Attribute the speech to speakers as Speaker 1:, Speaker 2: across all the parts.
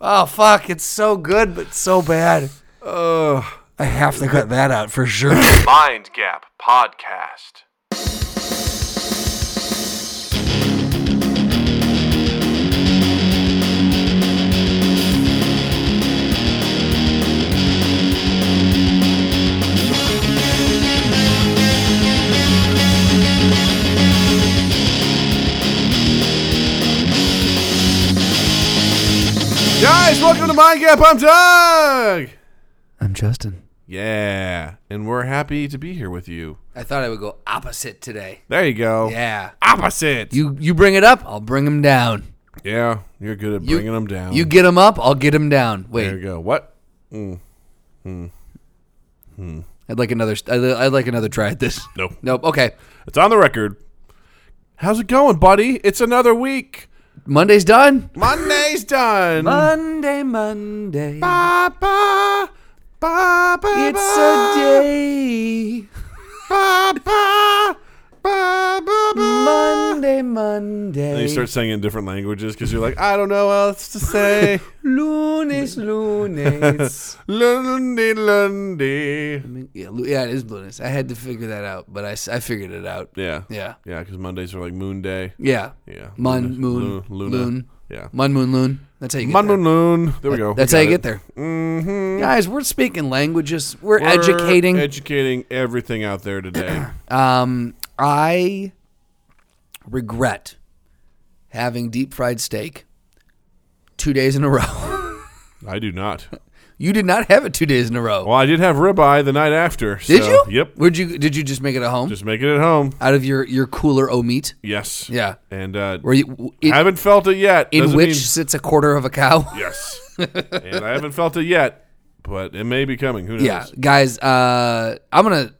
Speaker 1: Oh fuck, it's so good but so bad. Oh, I have to cut that out for sure.
Speaker 2: Mind Gap Podcast. Guys, welcome to Mind Gap. I'm Doug.
Speaker 1: I'm Justin.
Speaker 2: Yeah, and we're happy to be here with you.
Speaker 1: I thought I would go opposite today.
Speaker 2: There you go.
Speaker 1: Yeah.
Speaker 2: Opposite.
Speaker 1: You you bring it up, I'll bring him down.
Speaker 2: yeah, you're good at
Speaker 1: You-
Speaker 2: bringing them down.
Speaker 1: You get him up, I'll get him down.
Speaker 2: there you
Speaker 1: Wait,
Speaker 2: go. What?
Speaker 1: I'd like another. I'd, I'd like another try at this.
Speaker 2: Nope.
Speaker 1: Nope. Okay.
Speaker 2: It's on the record. How's it going, buddy? It's another week.
Speaker 1: Monday's done.
Speaker 2: Monday's done.
Speaker 1: Monday, Monday.
Speaker 2: Ba, ba, ba, ba,
Speaker 1: It's
Speaker 2: ba,
Speaker 1: a day.
Speaker 2: ba, ba, ba, ba, ba.
Speaker 1: Monday,
Speaker 2: And you
Speaker 1: Monday.
Speaker 2: start singing in different languages because you're like, I don't know what else to say.
Speaker 1: Lunes, lunes.
Speaker 2: Lundy, Lundy.
Speaker 1: I mean, yeah, lu- yeah, it is lunes. I had to figure that out, but I, s- I figured it out.
Speaker 2: Yeah.
Speaker 1: Yeah.
Speaker 2: Yeah, because Mondays are like Moon Day.
Speaker 1: Yeah.
Speaker 2: Yeah.
Speaker 1: Mun,
Speaker 2: Lu-
Speaker 1: moon,
Speaker 2: Luna.
Speaker 1: loon.
Speaker 2: Yeah.
Speaker 1: Mun, moon, loon. That's how you get
Speaker 2: Mun,
Speaker 1: there.
Speaker 2: moon, loon. There we go.
Speaker 1: That's how you get there.
Speaker 2: Mm-hmm.
Speaker 1: Guys, we're speaking languages. We're, educating.
Speaker 2: Educating everything out there today.
Speaker 1: um, I regret having deep fried steak two days in a row.
Speaker 2: I do not.
Speaker 1: you did not have it two days in a row.
Speaker 2: Well, I did have ribeye the night after.
Speaker 1: Did
Speaker 2: so-
Speaker 1: you?
Speaker 2: Uh, Yep.
Speaker 1: Where'd you? Did you just make it at home
Speaker 2: Just making it at home.
Speaker 1: out of your your cooler o meat?
Speaker 2: Yes.
Speaker 1: Yeah.
Speaker 2: And uh,
Speaker 1: Where you in,
Speaker 2: haven't felt it yet.
Speaker 1: in
Speaker 2: Doesn't
Speaker 1: which
Speaker 2: mean-
Speaker 1: sits a quarter of a cow?
Speaker 2: yes. and I haven't felt it yet, but it may be coming. Who knows?
Speaker 1: Yeah, guys. Uh, I'm gonna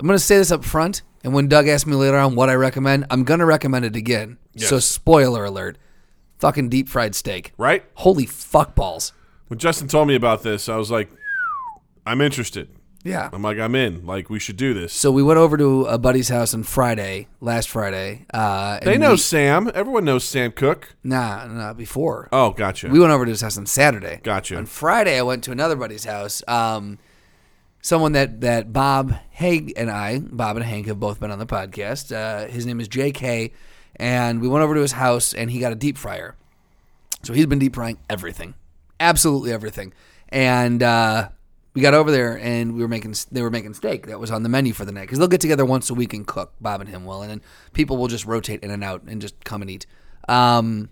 Speaker 1: I'm gonna say this up front, and when Doug asks me later on what I recommend, I'm gonna recommend it again. So
Speaker 2: Yes.
Speaker 1: spoiler alert: fucking deep fried steak.
Speaker 2: Right?
Speaker 1: Holy fuck balls.
Speaker 2: When Justin told me about this, I was like, I'm interested.
Speaker 1: Yeah.
Speaker 2: I'm like, I'm in. Like, we should do this.
Speaker 1: So we went over to a buddy's house on Friday, last Friday. Uh, and
Speaker 2: They know
Speaker 1: we-
Speaker 2: Sam. Everyone knows Sam Cook.
Speaker 1: nah, nah, before.
Speaker 2: Oh, gotcha.
Speaker 1: We went over to his house on Saturday.
Speaker 2: gotcha.
Speaker 1: On Friday, I went to another buddy's house. Um, someone that that Bob Haig and I, Bob and Hank, have both been on the podcast. Uh, his name is J.K. And we went over to his house, and he got a deep fryer. So he's been deep frying everything, absolutely everything. And uh, we got over there, and we were making they were making steak that was on the menu for the night because they'll get together once a week and cook. Bob and him will, and then people will just rotate in and out and just come and eat. Um,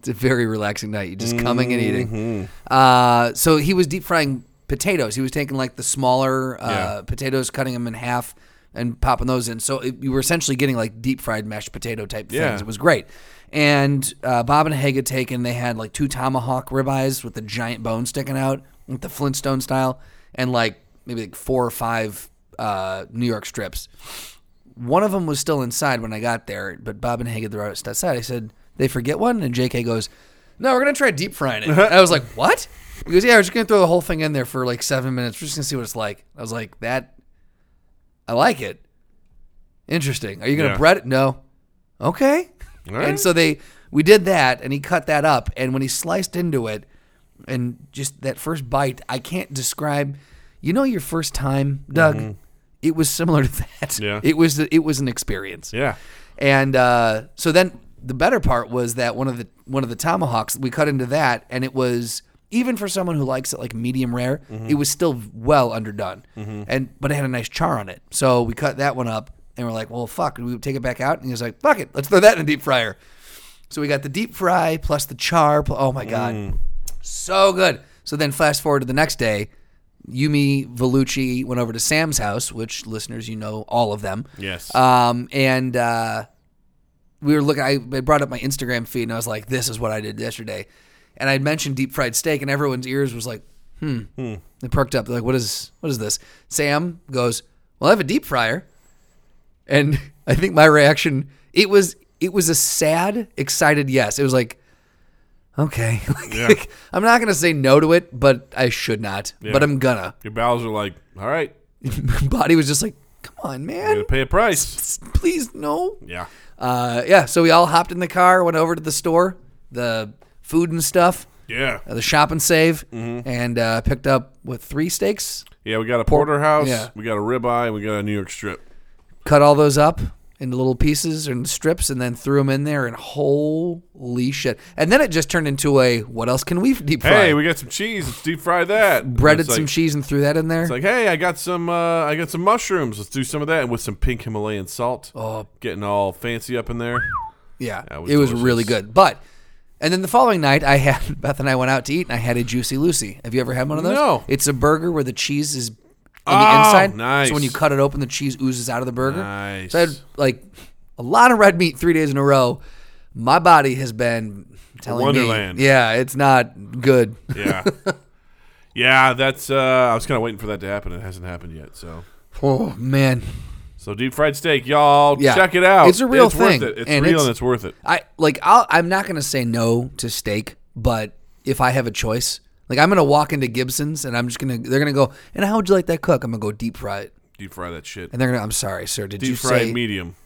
Speaker 1: it's a very relaxing night. You just coming and eating. Uh, so he was deep frying potatoes. He was taking like the smaller uh,
Speaker 2: Yeah.
Speaker 1: potatoes, cutting them in half, and popping those in. So it, you were essentially getting like deep fried mashed potato type
Speaker 2: Yeah.
Speaker 1: things. It was great. And uh, Bob and Haig had taken, they had like two tomahawk ribeyes with the giant bone sticking out, with the Flintstone style, and like maybe like four or five uh, New York strips. One of them was still inside when I got there, but Bob and Haig had the rest outside. I said, they forget one? And JK goes, no, we're going to try deep frying it. I was like, what? He goes, yeah, we're just going to throw the whole thing in there for like seven minutes. We're just going to see what it's like. I was like, that, I like it. Interesting. Are you going to
Speaker 2: Yeah.
Speaker 1: bread it? No. Okay.
Speaker 2: All right.
Speaker 1: And so they we did that and he cut that up and when he sliced into it and just that first bite, I can't describe you know your first time, Doug, it was similar to that.
Speaker 2: Mm-hmm. Yeah.
Speaker 1: It was it was an experience.
Speaker 2: yeah.
Speaker 1: And uh, so then the better part was that one of the one of the tomahawks we cut into that, and it was even for someone who likes it like medium rare, it was still well underdone, and but it had a nice char on it. So we cut that one up, and we're like, well, fuck, do we take it back out? And he was like, fuck it, let's throw that in a deep fryer. So we got the deep fry plus the char. Pl- oh my god, so good. So then fast forward to the next day. Yumi Vellucci went over to Sam's house, which listeners, you know all of them.
Speaker 2: Yes.
Speaker 1: Um, and uh, we were looking. I I brought up my Instagram feed, and I was like, "This is what I did yesterday." And I mentioned deep fried steak, and everyone's ears was like, "Hmm." They perked up. They're like, "What is? What is this?" Sam goes, "Well, I have a deep fryer," and I think my reaction it was it was a sad, excited yes. It was like. Okay, Like,
Speaker 2: Yeah.
Speaker 1: I'm not gonna say no to it, but I should not. But I'm gonna.
Speaker 2: Your bowels are like, all right,
Speaker 1: My body was just like, "Come on,
Speaker 2: you
Speaker 1: man,
Speaker 2: gotta pay a price.
Speaker 1: please no."
Speaker 2: Yeah.
Speaker 1: Uh, yeah, so we all hopped in the car, went over to the store, the food and stuff.
Speaker 2: Yeah.
Speaker 1: uh, the shop and save, and uh, picked up what three steaks.
Speaker 2: Yeah, we got a porterhouse,
Speaker 1: yeah.
Speaker 2: we got a ribeye, and we got a New York strip.
Speaker 1: Cut all those up into little pieces and strips, and then threw them in there. And holy shit! And then it just turned into a what else can we deep fry?
Speaker 2: Hey, we got some cheese. Let's deep fry that. And
Speaker 1: breaded
Speaker 2: it's like,
Speaker 1: some cheese and threw that in there.
Speaker 2: It's like, hey, I got some, uh, I got some mushrooms. Let's do some of that, and with some pink Himalayan salt.
Speaker 1: Oh.
Speaker 2: getting all fancy up in there.
Speaker 1: yeah,
Speaker 2: was
Speaker 1: it was
Speaker 2: delicious.
Speaker 1: really good. But and then the following night, I had Beth and I went out to eat, and I had a Juicy Lucy. Have you ever had one of those?
Speaker 2: No.
Speaker 1: It's a burger where the cheese is on
Speaker 2: Oh,
Speaker 1: the inside.
Speaker 2: nice.
Speaker 1: So when you cut it open, the cheese oozes out of the burger.
Speaker 2: Nice.
Speaker 1: So I had like a lot of red meat three days in a row. My body has been telling
Speaker 2: Wonderland.
Speaker 1: me, yeah, it's not good.
Speaker 2: Yeah. yeah, that's uh I was kind of waiting for that to happen. It hasn't happened yet, so.
Speaker 1: Oh man,
Speaker 2: So deep fried steak, y'all,
Speaker 1: Yeah.
Speaker 2: check it out.
Speaker 1: It's a real
Speaker 2: worth
Speaker 1: thing,
Speaker 2: it. It's
Speaker 1: and
Speaker 2: real
Speaker 1: it's-
Speaker 2: and it's worth it.
Speaker 1: I like. I'll, I'm not gonna say no to steak, but if I have a choice, like I'm gonna walk into Gibson's and I'm just gonna, they're gonna go, and how would you like that cook? I'm gonna go deep fry it,
Speaker 2: Deep fry that shit.
Speaker 1: and they're gonna, I'm sorry, sir, did you
Speaker 2: Deep
Speaker 1: say? Oh,
Speaker 2: fried medium.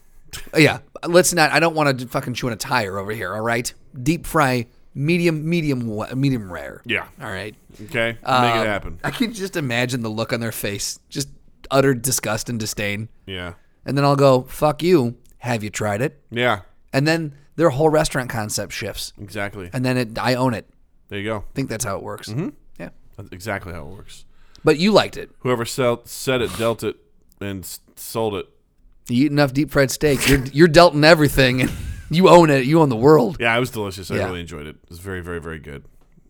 Speaker 1: Yeah, let's not. I don't want to fucking chew on a tire over here. All right, deep fry, medium, medium, wa- medium rare.
Speaker 2: Yeah.
Speaker 1: All right.
Speaker 2: Okay? Make
Speaker 1: Um,
Speaker 2: it happen.
Speaker 1: I can just imagine the look on their face, just utter disgust and disdain.
Speaker 2: Yeah.
Speaker 1: And then I'll go, "Fuck you. Have you tried it?"
Speaker 2: Yeah.
Speaker 1: And then their whole restaurant concept shifts,
Speaker 2: Exactly.
Speaker 1: and then it, I own it.
Speaker 2: There you go.
Speaker 1: I think that's how it works. Mm-hmm. Yeah.
Speaker 2: That's exactly how it works.
Speaker 1: But you liked it.
Speaker 2: Whoever sell, said it dealt it and s- sold it.
Speaker 1: You eat enough deep fried steak. You're you're dealt in everything, and you own it. You own the world.
Speaker 2: Yeah, it was delicious. I
Speaker 1: Yeah.
Speaker 2: really enjoyed it. It was very very very good.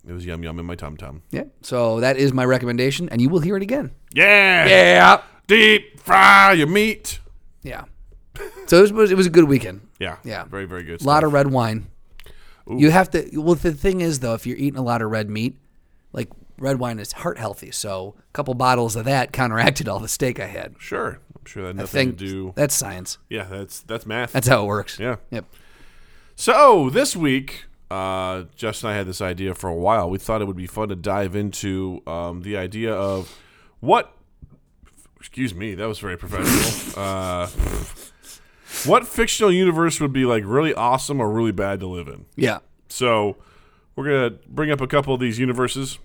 Speaker 2: It was yum yum in my tum tum.
Speaker 1: Yeah. So that is my recommendation, and you will hear it again.
Speaker 2: Yeah.
Speaker 1: Yeah.
Speaker 2: Deep fry your meat.
Speaker 1: Yeah. So it was it was a good weekend.
Speaker 2: Yeah.
Speaker 1: Yeah.
Speaker 2: Very, very good.
Speaker 1: A lot of red wine. You have to. Well, the thing is, though, if you're eating a lot of red meat, like red wine is heart healthy, so a couple bottles of that counteracted all the steak I had.
Speaker 2: Sure. I'm sure that had nothing
Speaker 1: Think
Speaker 2: to do.
Speaker 1: that's science.
Speaker 2: Yeah, that's that's math.
Speaker 1: That's how it works.
Speaker 2: yeah.
Speaker 1: Yep.
Speaker 2: So this week, uh, Jess and I had this idea for a while. We thought it would be fun to dive into um, the idea of what. Excuse me, that was very professional. uh, what fictional universe would be like really awesome or really bad to live in?
Speaker 1: Yeah.
Speaker 2: So we're gonna bring up a couple of these universes,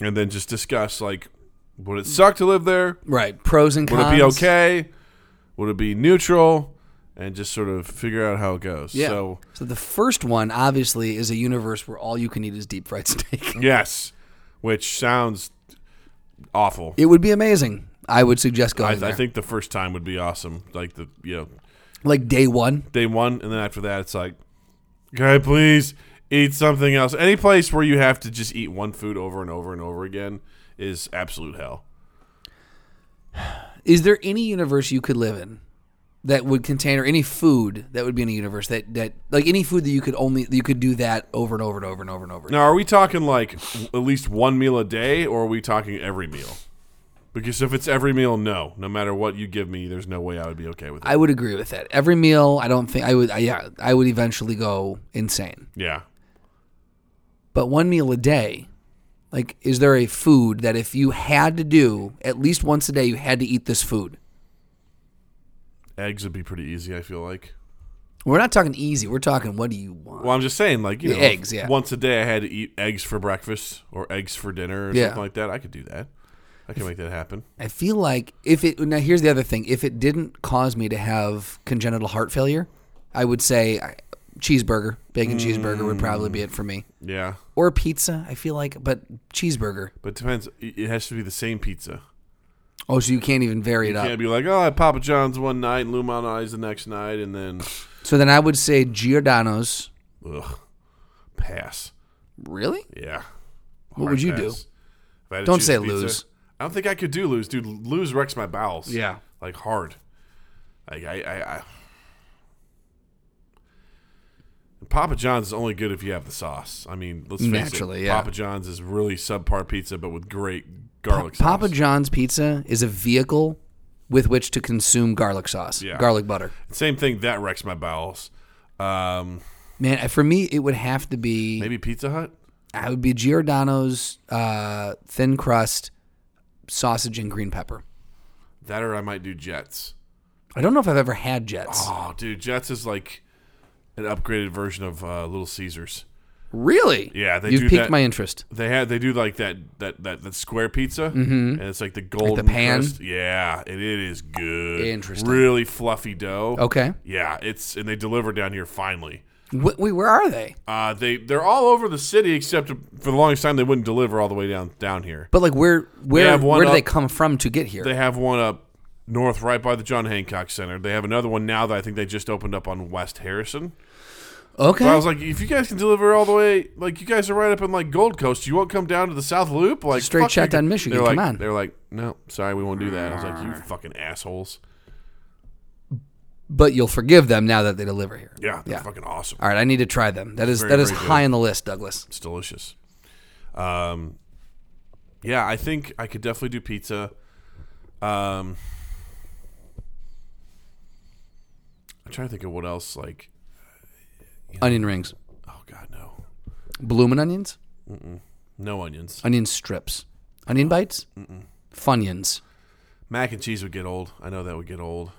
Speaker 2: and then just discuss like would it suck to live there?
Speaker 1: Right. Pros and
Speaker 2: Would
Speaker 1: cons.
Speaker 2: it be okay? Would it be neutral? And just sort of figure out how it goes.
Speaker 1: Yeah.
Speaker 2: So
Speaker 1: So the first one, obviously, is a universe where all you can eat is deep fried steak.
Speaker 2: yes, which sounds awful.
Speaker 1: it would be amazing. I would suggest going
Speaker 2: I,
Speaker 1: there.
Speaker 2: I think the first time would be awesome, like the you know
Speaker 1: like day one.
Speaker 2: day one, and then after that it's like, okay, please eat something else. Any place where you have to just eat one food over and over and over again is absolute hell.
Speaker 1: Is there any universe you could live in that would contain, or any food that would be in a universe that that like any food that you could only you could do that over and over and over and over and over?
Speaker 2: Now, are we talking like w- at least one meal a day, or are we talking every meal? Because if it's every meal, no. No matter what you give me, there's no way I would be okay with it.
Speaker 1: I would agree with that. Every meal, I don't think I would. I, yeah, I would eventually go insane.
Speaker 2: Yeah.
Speaker 1: But one meal a day, like, is there a food that if you had to do at least once a day, you had to eat this food?
Speaker 2: Eggs would be pretty easy, I feel like.
Speaker 1: We're not talking easy. We're talking what do you want?
Speaker 2: Well, I'm just saying, like, you
Speaker 1: The
Speaker 2: know,
Speaker 1: eggs,
Speaker 2: if
Speaker 1: yeah.
Speaker 2: once a day I had to eat eggs for breakfast or eggs for dinner or
Speaker 1: Yeah.
Speaker 2: something like that. I could do that. I can make that happen.
Speaker 1: I feel like if it now here's the other thing. If it didn't cause me to have congenital heart failure, I would say I- cheeseburger, bacon
Speaker 2: Mm.
Speaker 1: cheeseburger would probably be it for me,
Speaker 2: Yeah.
Speaker 1: or pizza. I feel like, but cheeseburger.
Speaker 2: But it depends. It it has to be the same pizza.
Speaker 1: Oh, so you can't even vary it
Speaker 2: You
Speaker 1: up.
Speaker 2: can't be like, oh, I had Papa John's one night and Lou Mount Eyes the next night, and then,
Speaker 1: So then I would say Giordano's.
Speaker 2: ugh, pass.
Speaker 1: Really?
Speaker 2: Yeah.
Speaker 1: What
Speaker 2: Hard
Speaker 1: would you do?
Speaker 2: pass. If I had to
Speaker 1: Don't
Speaker 2: choose
Speaker 1: say
Speaker 2: pizza-
Speaker 1: lose.
Speaker 2: I don't think I could do lose, dude. Lose wrecks my bowels.
Speaker 1: Yeah.
Speaker 2: like hard. Like I, I, I. Papa John's is only good if you have the sauce. I mean, let's face
Speaker 1: Naturally,
Speaker 2: it.
Speaker 1: yeah.
Speaker 2: Papa John's is really subpar pizza, but with great garlic sauce.
Speaker 1: Papa John's pizza is a vehicle with which to consume garlic sauce,
Speaker 2: Yeah.
Speaker 1: garlic butter.
Speaker 2: Same thing that wrecks my bowels. Um,
Speaker 1: Man, I- for me, it would have to be.
Speaker 2: maybe Pizza Hut.
Speaker 1: I would be Giordano's uh, thin crust sausage and green pepper.
Speaker 2: That or I might do Jets.
Speaker 1: I don't know if I've ever
Speaker 2: Ah.
Speaker 1: had Jets.
Speaker 2: Oh, dude, Jets is like an upgraded version of uh, Little Caesars.
Speaker 1: Really?
Speaker 2: Yeah, they
Speaker 1: You've
Speaker 2: do
Speaker 1: piqued
Speaker 2: that-
Speaker 1: my interest.
Speaker 2: They had they do like that that that, that square pizza, and it's like the golden
Speaker 1: Mm-hmm. pan?
Speaker 2: crust. Yeah, and it is good.
Speaker 1: Interesting.
Speaker 2: Really fluffy dough.
Speaker 1: Okay.
Speaker 2: Yeah, it's and they deliver down here finally.
Speaker 1: Wh- wait, where are they?
Speaker 2: Uh, they they're all over the city except for the longest time they wouldn't deliver all the way down down here.
Speaker 1: But like, where where
Speaker 2: have one
Speaker 1: where do they
Speaker 2: up-
Speaker 1: come from to get here?
Speaker 2: They have one up north, right by the John Hancock Center. They have another one now that I think they just opened up on West Harrison.
Speaker 1: okay.
Speaker 2: But I was like, if you guys can deliver all the way, like you guys are right up in like Gold Coast, you won't come down to the South Loop, like
Speaker 1: Straight
Speaker 2: fuck
Speaker 1: shot
Speaker 2: you.
Speaker 1: down Michigan,
Speaker 2: They're
Speaker 1: come
Speaker 2: like,
Speaker 1: on.
Speaker 2: They're like, no, sorry, we won't do that. I was like, you fucking assholes.
Speaker 1: but you'll forgive them now that they deliver here.
Speaker 2: Yeah, they're fucking awesome.
Speaker 1: All right, I need to try them. That is
Speaker 2: Very,
Speaker 1: that is
Speaker 2: very good.
Speaker 1: high on the list, Douglas.
Speaker 2: It's delicious. Um, yeah, I think I could definitely do pizza. Um, I'm trying to think of what else. Like,
Speaker 1: Onion rings,
Speaker 2: oh god, no,
Speaker 1: bloomin' onions,
Speaker 2: no onions.
Speaker 1: onion strips, onion bites, funyuns,
Speaker 2: Mac and cheese would get old. I know that would get old.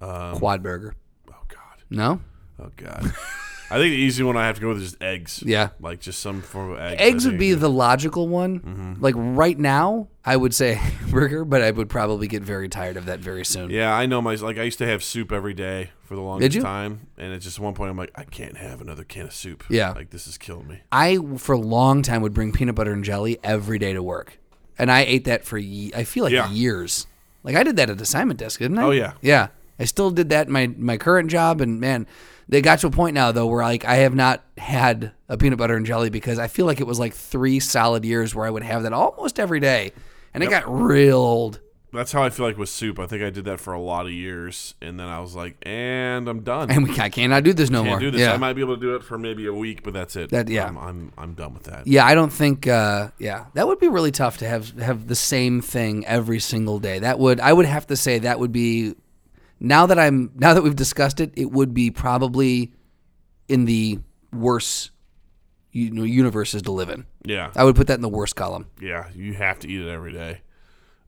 Speaker 2: Um.
Speaker 1: quad burger.
Speaker 2: Oh god.
Speaker 1: No,
Speaker 2: Oh god. I think the easy one I have to go with is just eggs.
Speaker 1: Yeah.
Speaker 2: Like just some form of eggs.
Speaker 1: eggs
Speaker 2: I
Speaker 1: would
Speaker 2: think.
Speaker 1: be the logical one.
Speaker 2: Mm-hmm.
Speaker 1: Like right now, I would say burger, but I would probably get very tired of that very soon.
Speaker 2: Yeah, I know my like I used to have soup every day for the
Speaker 1: Did
Speaker 2: longest
Speaker 1: you?
Speaker 2: time. And it's just one point I'm like, I can't have another can of soup.
Speaker 1: Yeah.
Speaker 2: Like this is killing me.
Speaker 1: I for a long time would bring peanut butter and jelly every day to work, and I ate that for ye- I feel like
Speaker 2: Yeah.
Speaker 1: years. Like I did that at assignment desk, didn't I?
Speaker 2: Oh, yeah.
Speaker 1: yeah. I still did that in my my current job, and man, they got to a point now though where like I have not had a peanut butter and jelly because I feel like it was like three solid years where I would have that almost every day, and it got real old.
Speaker 2: That's how I feel like with soup. I think I did that for a lot of years and then I was like, and I'm done.
Speaker 1: And we I cannot do this no
Speaker 2: can't
Speaker 1: more.
Speaker 2: do this.
Speaker 1: Yeah.
Speaker 2: I might be able to do it for maybe a week, but that's it.
Speaker 1: That- yeah.
Speaker 2: I'm I'm, I'm done with that.
Speaker 1: Yeah, I don't think. Uh, yeah, that would be really tough to have have the same thing every single day. That would I would have to say that would be now that I'm now that we've discussed it, it would be probably in the worse you know universes to live in.
Speaker 2: Yeah.
Speaker 1: I would put that in the worst column.
Speaker 2: Yeah. You have to eat it every day.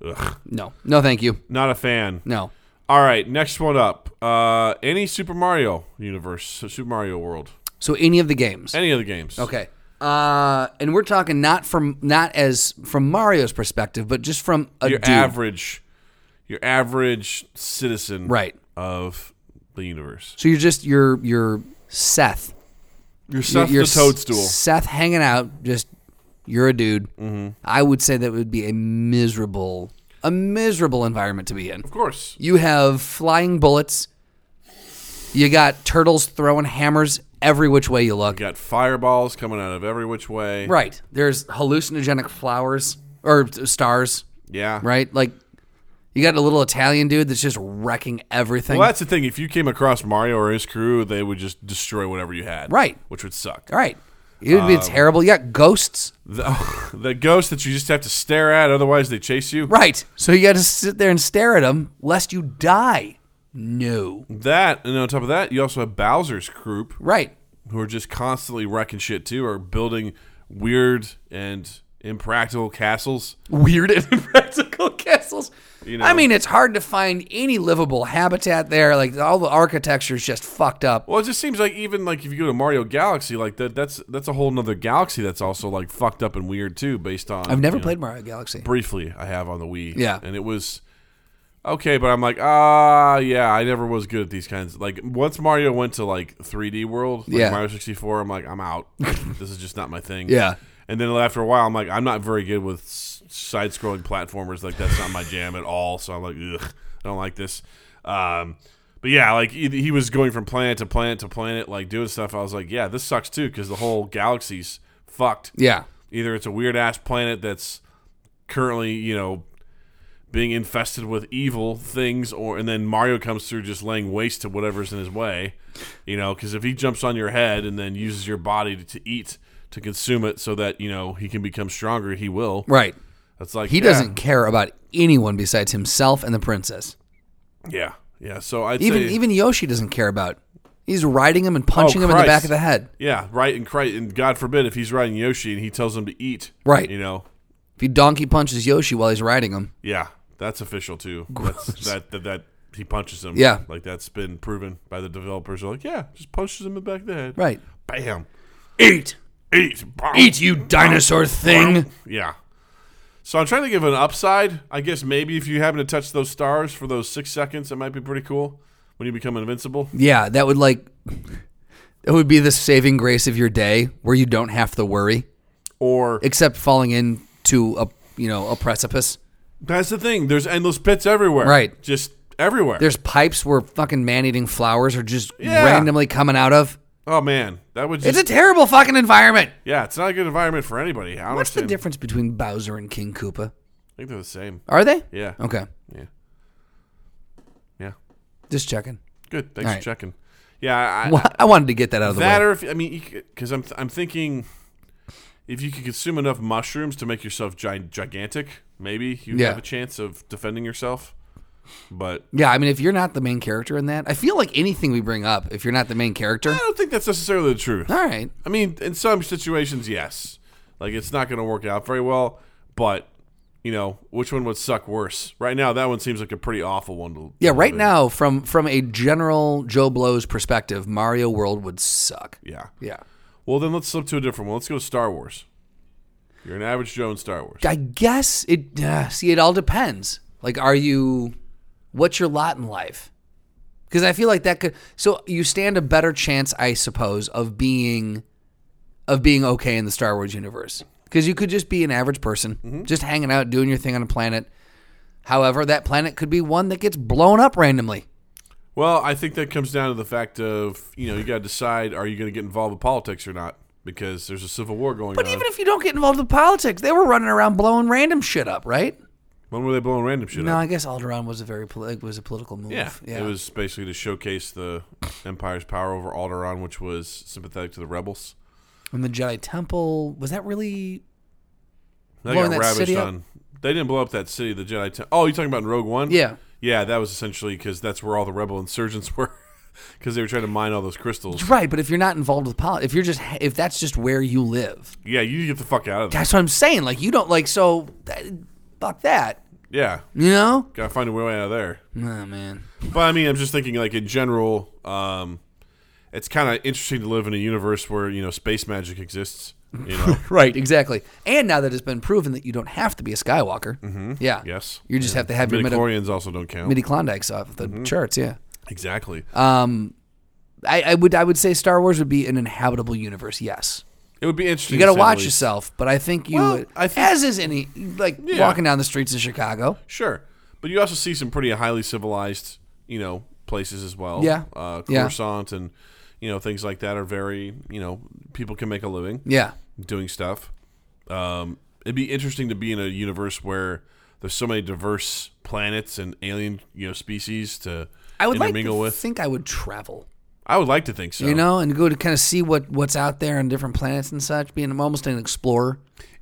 Speaker 2: Ugh.
Speaker 1: No, no, thank you.
Speaker 2: Not a fan.
Speaker 1: No,
Speaker 2: All right, next one up. Uh, any Super Mario universe, so Super Mario World,
Speaker 1: so any of the games.
Speaker 2: any of the games.
Speaker 1: Okay. Uh, and we're talking not from not as from Mario's perspective, but just from a
Speaker 2: your
Speaker 1: dude.
Speaker 2: average, your average citizen,
Speaker 1: Right.
Speaker 2: of the universe.
Speaker 1: so you're just you're you're Seth.
Speaker 2: Your Seth
Speaker 1: You're
Speaker 2: the Toadstool.
Speaker 1: Seth hanging out, just you're a dude. Mm-hmm. I would say that would be a miserable, a miserable environment to be in.
Speaker 2: of course.
Speaker 1: You have flying bullets. You got turtles throwing hammers every which way you look.
Speaker 2: You got fireballs coming out of every which way.
Speaker 1: Right. There's hallucinogenic flowers or stars.
Speaker 2: Yeah.
Speaker 1: Right. Like you got a little Italian dude that's just wrecking everything.
Speaker 2: Well, that's the thing. If you came across Mario or his crew, they would just destroy whatever you had.
Speaker 1: Right.
Speaker 2: Which would suck.
Speaker 1: All right. It would
Speaker 2: Um,
Speaker 1: be terrible. You got ghosts.
Speaker 2: The, the ghost that you just have to stare at, otherwise they chase you.
Speaker 1: Right. So you got to sit there and stare at them lest you die. No.
Speaker 2: That, and on top of that, you also have Bowser's group.
Speaker 1: Right.
Speaker 2: who are just constantly wrecking shit too, or building weird and impractical castles.
Speaker 1: Weird and impractical castles.
Speaker 2: You know.
Speaker 1: I mean, it's hard to find any livable habitat there. Like all the architecture's just fucked up.
Speaker 2: Well, it just seems like even like if you go to Mario Galaxy, like that that's that's a whole nother galaxy that's also like fucked up and weird too, based on
Speaker 1: I've never
Speaker 2: you know,
Speaker 1: played Mario Galaxy.
Speaker 2: briefly I have on the Wii.
Speaker 1: Yeah.
Speaker 2: And it was okay, but I'm like, ah yeah, I never was good at these kinds like once Mario went to like three D world, like
Speaker 1: Yeah.
Speaker 2: Mario sixty four, I'm like, I'm out. this is just not my thing.
Speaker 1: Yeah.
Speaker 2: And then after a while, I'm like, I'm not very good with s- side-scrolling platformers. Like that's not my jam at all. So I'm like, ugh, I don't like this. Um, but yeah, like he, he was going from planet to planet to planet, like doing stuff. I was like, yeah, this sucks too because the whole galaxy's fucked.
Speaker 1: Yeah.
Speaker 2: Either it's a weird ass planet that's currently, you know, being infested with evil things, or and then Mario comes through just laying waste to whatever's in his way. You know, because if he jumps on your head and then uses your body to, to eat to consume it, so that you know he can become stronger, he will.
Speaker 1: Right.
Speaker 2: That's like
Speaker 1: He
Speaker 2: yeah,
Speaker 1: doesn't care about anyone besides himself and the princess.
Speaker 2: Yeah, yeah. So I'd
Speaker 1: Even
Speaker 2: say,
Speaker 1: even Yoshi doesn't care about. He's riding him and punching him in the
Speaker 2: Oh, Christ.
Speaker 1: back of the head.
Speaker 2: yeah, right. And Christ, and God forbid if he's riding Yoshi and he tells him to eat.
Speaker 1: Right.
Speaker 2: You know.
Speaker 1: If he donkey punches Yoshi while he's riding him,
Speaker 2: Yeah, that's official too. That's, that that that he punches him.
Speaker 1: Yeah.
Speaker 2: like that's been proven by the developers. They're like, yeah, just punches him in the back of the head.
Speaker 1: right?
Speaker 2: Bam.
Speaker 1: Eat.
Speaker 2: Eat.
Speaker 1: Eat you dinosaur thing.
Speaker 2: Yeah. So I'm trying to give an upside. I guess maybe if you happen to touch those stars for those six seconds, it might be pretty cool when you become invincible.
Speaker 1: Yeah, that would like it would be the saving grace of your day where you don't have to worry
Speaker 2: Or
Speaker 1: except falling into a you know a precipice.
Speaker 2: that's the thing. There's endless pits everywhere.
Speaker 1: Right.
Speaker 2: Just everywhere.
Speaker 1: There's pipes where fucking man-eating flowers are just
Speaker 2: Yeah.
Speaker 1: randomly coming out of.
Speaker 2: oh man, that would just
Speaker 1: It's a terrible fucking environment.
Speaker 2: yeah. It's not a good environment for anybody. I
Speaker 1: What's the
Speaker 2: understand.
Speaker 1: difference between Bowser and King Koopa?
Speaker 2: I think they're the same.
Speaker 1: Are they?
Speaker 2: Yeah.
Speaker 1: Okay,
Speaker 2: Yeah.
Speaker 1: just checking.
Speaker 2: Good. Thanks
Speaker 1: right.
Speaker 2: for checking. Yeah. I,
Speaker 1: Well, I wanted to get that out of the
Speaker 2: that
Speaker 1: way.
Speaker 2: or if I mean, because I'm I'm thinking, if you could consume enough mushrooms to make yourself giant gigantic, maybe you
Speaker 1: Yeah.
Speaker 2: have a chance of defending yourself. But
Speaker 1: Yeah, I mean, if you're not the main character in that, I feel like anything we bring up, if you're not the main character,
Speaker 2: I don't think that's necessarily the truth.
Speaker 1: all right,
Speaker 2: I mean, in some situations, yes, like it's not going to work out very well. But you know, which one would suck worse? Right now, that one seems like a pretty awful one. To
Speaker 1: Yeah, right now, from from a general Joe Blow's perspective, Mario World would suck.
Speaker 2: Yeah.
Speaker 1: Yeah,
Speaker 2: Well, then let's slip to a different one. Let's go to Star Wars. You're an average Joe in Star Wars.
Speaker 1: I guess it. Uh, see, it all depends. Like, are you? What's your lot in life? Because I feel like that could. So you stand a better chance, I suppose, of being, of being okay in the Star Wars universe. Because you could just be an average person, just hanging out, doing your thing on a planet. However, that planet could be one that gets blown up randomly.
Speaker 2: Well, I think that comes down to the fact of you know you got to decide are you going to get involved with politics or not because there's a civil war going
Speaker 1: But
Speaker 2: on.
Speaker 1: even if you don't get involved with politics, they were running around blowing random shit up, right?
Speaker 2: when were they blowing random shit
Speaker 1: No,
Speaker 2: up?
Speaker 1: I guess Alderaan was a very poli- was a political move.
Speaker 2: Yeah. it was basically to showcase the empire's power over Alderaan, which was sympathetic to the rebels.
Speaker 1: and the Jedi Temple was that really?
Speaker 2: They
Speaker 1: Blowing
Speaker 2: got
Speaker 1: that
Speaker 2: ravaged
Speaker 1: city up?
Speaker 2: on. They didn't blow up that city, the Jedi. Tem- oh, you talking about in Rogue One?
Speaker 1: Yeah.
Speaker 2: yeah, that was essentially because that's where all the rebel insurgents were because they were trying to mine all those crystals.
Speaker 1: Right, but if you're not involved with politics, if you're just if that's just where you live,
Speaker 2: Yeah, you get the fuck out of there.
Speaker 1: that's what I'm saying. Like you don't like so, that, fuck that.
Speaker 2: Yeah,
Speaker 1: You know?
Speaker 2: gotta find a way out of there.
Speaker 1: Oh man.
Speaker 2: But I mean, I'm just thinking like in general, um, it's kind of interesting to live in a universe where you know space magic exists. You know,
Speaker 1: Right, exactly. And now that it's been proven that you don't have to be a Skywalker, yeah,
Speaker 2: Mm-hmm. yes,
Speaker 1: you just have to have your midi
Speaker 2: midichlorians also don't count.
Speaker 1: midi Klondikes off
Speaker 2: Mm-hmm.
Speaker 1: the charts. Yeah.
Speaker 2: exactly.
Speaker 1: Um, I, I would I would say Star Wars would be an inhabitable universe. Yes,
Speaker 2: it would be interesting.
Speaker 1: you got to
Speaker 2: say the
Speaker 1: watch
Speaker 2: least.
Speaker 1: yourself, but I think you,
Speaker 2: Well,
Speaker 1: would,
Speaker 2: I think-
Speaker 1: as is any like
Speaker 2: Yeah.
Speaker 1: walking down the streets of Chicago.
Speaker 2: Sure, but you also see some pretty highly civilized, you know, places as well.
Speaker 1: Yeah.
Speaker 2: uh,
Speaker 1: Yeah.
Speaker 2: Coruscant and you know things like that are very you know people can make a living.
Speaker 1: Yeah,
Speaker 2: doing stuff. Um, it'd be interesting to be in a universe where there's so many diverse planets and alien you know species to
Speaker 1: I would like
Speaker 2: intermingle
Speaker 1: to
Speaker 2: with.
Speaker 1: think I would travel,
Speaker 2: I would like to think so.
Speaker 1: you know, and go to kind of see what what's out there on different planets and such. Being almost an explorer.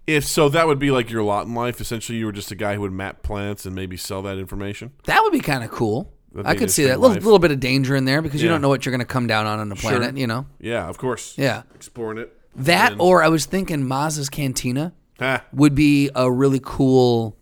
Speaker 2: if so, that would be like your lot in life. Essentially, you were just a guy who would map planets and maybe sell that information.
Speaker 1: That would be kind of cool.
Speaker 2: That'd
Speaker 1: I
Speaker 2: be
Speaker 1: could see that.
Speaker 2: interesting
Speaker 1: little,
Speaker 2: life.
Speaker 1: little bit of danger in there because you
Speaker 2: Yeah.
Speaker 1: don't know what you're going to come down on on the planet. You know.
Speaker 2: Yeah, of course.
Speaker 1: Yeah.
Speaker 2: exploring it.
Speaker 1: That
Speaker 2: And-
Speaker 1: or I was thinking Maz's Cantina.
Speaker 2: Ha.
Speaker 1: would be a really cool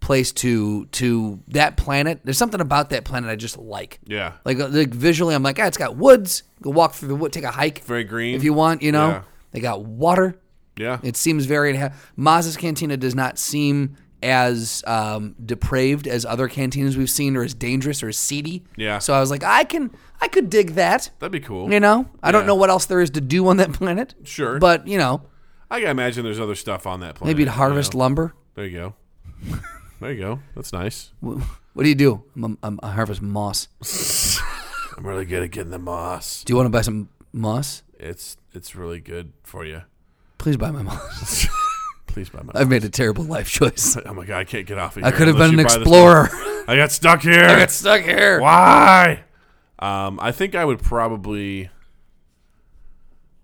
Speaker 1: place to to that planet. There's something about that planet I just like.
Speaker 2: Yeah,
Speaker 1: Like uh, like visually, I'm like, ah, it's got woods. Go walk through the wood, take a hike
Speaker 2: very green.
Speaker 1: if you want. You know,
Speaker 2: Yeah.
Speaker 1: they got water.
Speaker 2: yeah,
Speaker 1: It seems very inha- Maz's Cantina does not seem as um, depraved as other cantinas we've seen, or as dangerous or as seedy.
Speaker 2: Yeah.
Speaker 1: So I was like, I can I could dig that.
Speaker 2: that'd be cool.
Speaker 1: You know, I don't
Speaker 2: Yeah.
Speaker 1: know what else there is to do on that planet.
Speaker 2: Sure.
Speaker 1: But you know,
Speaker 2: I can imagine there's other stuff on that planet.
Speaker 1: maybe to
Speaker 2: you know?
Speaker 1: harvest lumber.
Speaker 2: There you go. There you go. That's nice.
Speaker 1: Wh- What do you do? I'm, I'm, I harvest moss.
Speaker 2: I'm really good at getting the moss.
Speaker 1: Do you want to buy some moss?
Speaker 2: It's it's really good for you.
Speaker 1: Please buy my moss.
Speaker 2: Please buy my.
Speaker 1: I've made a terrible life choice.
Speaker 2: oh my god, I can't get off of
Speaker 1: I
Speaker 2: here.
Speaker 1: could have
Speaker 2: unless
Speaker 1: been an
Speaker 2: you buy this
Speaker 1: explorer.
Speaker 2: thing. I got stuck here.
Speaker 1: I got stuck here.
Speaker 2: Why? Um, I think I would probably,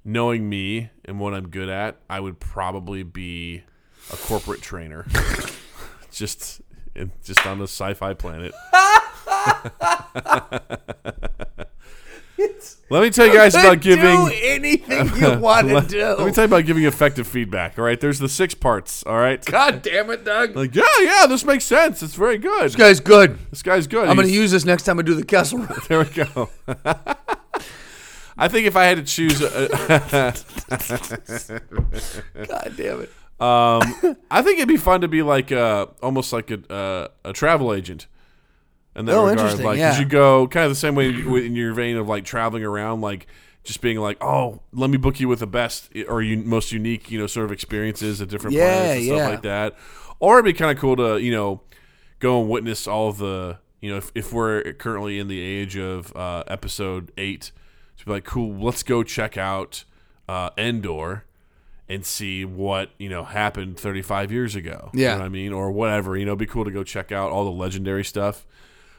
Speaker 2: knowing me and what I'm good at, I would probably be a corporate trainer, just and just on the sci-fi planet. Let me tell you guys about giving.
Speaker 1: Do anything you want to
Speaker 2: Let me
Speaker 1: do.
Speaker 2: tell you about giving effective feedback. All right, there's the six parts. All right,
Speaker 1: God damn it, Doug.
Speaker 2: like yeah, yeah, this makes sense. It's very good.
Speaker 1: This guy's good.
Speaker 2: This guy's good.
Speaker 1: I'm going to
Speaker 2: He's-
Speaker 1: use this next time I do the castle.
Speaker 2: There we go. I think if I had to choose, a,
Speaker 1: God damn it.
Speaker 2: um, I think it'd be fun to be like uh, almost like a uh, a travel agent. And that
Speaker 1: Oh,
Speaker 2: regard,
Speaker 1: interesting,
Speaker 2: like 'cause
Speaker 1: yeah.
Speaker 2: you go kind of the same way in your vein of like traveling around, like just being like, oh, let me book you with the best eh, or you, most unique, you know, sort of experiences at different
Speaker 1: Yeah,
Speaker 2: planets and
Speaker 1: yeah.
Speaker 2: stuff like that. Or it'd be kind of cool to you know go and witness all the you know if, if we're currently in the age of uh, episode eight to be like cool let's go check out uh, endor and see what you know happened 35 years ago you
Speaker 1: Yeah.
Speaker 2: know what i mean or whatever you know it'd be cool to go check out all the legendary stuff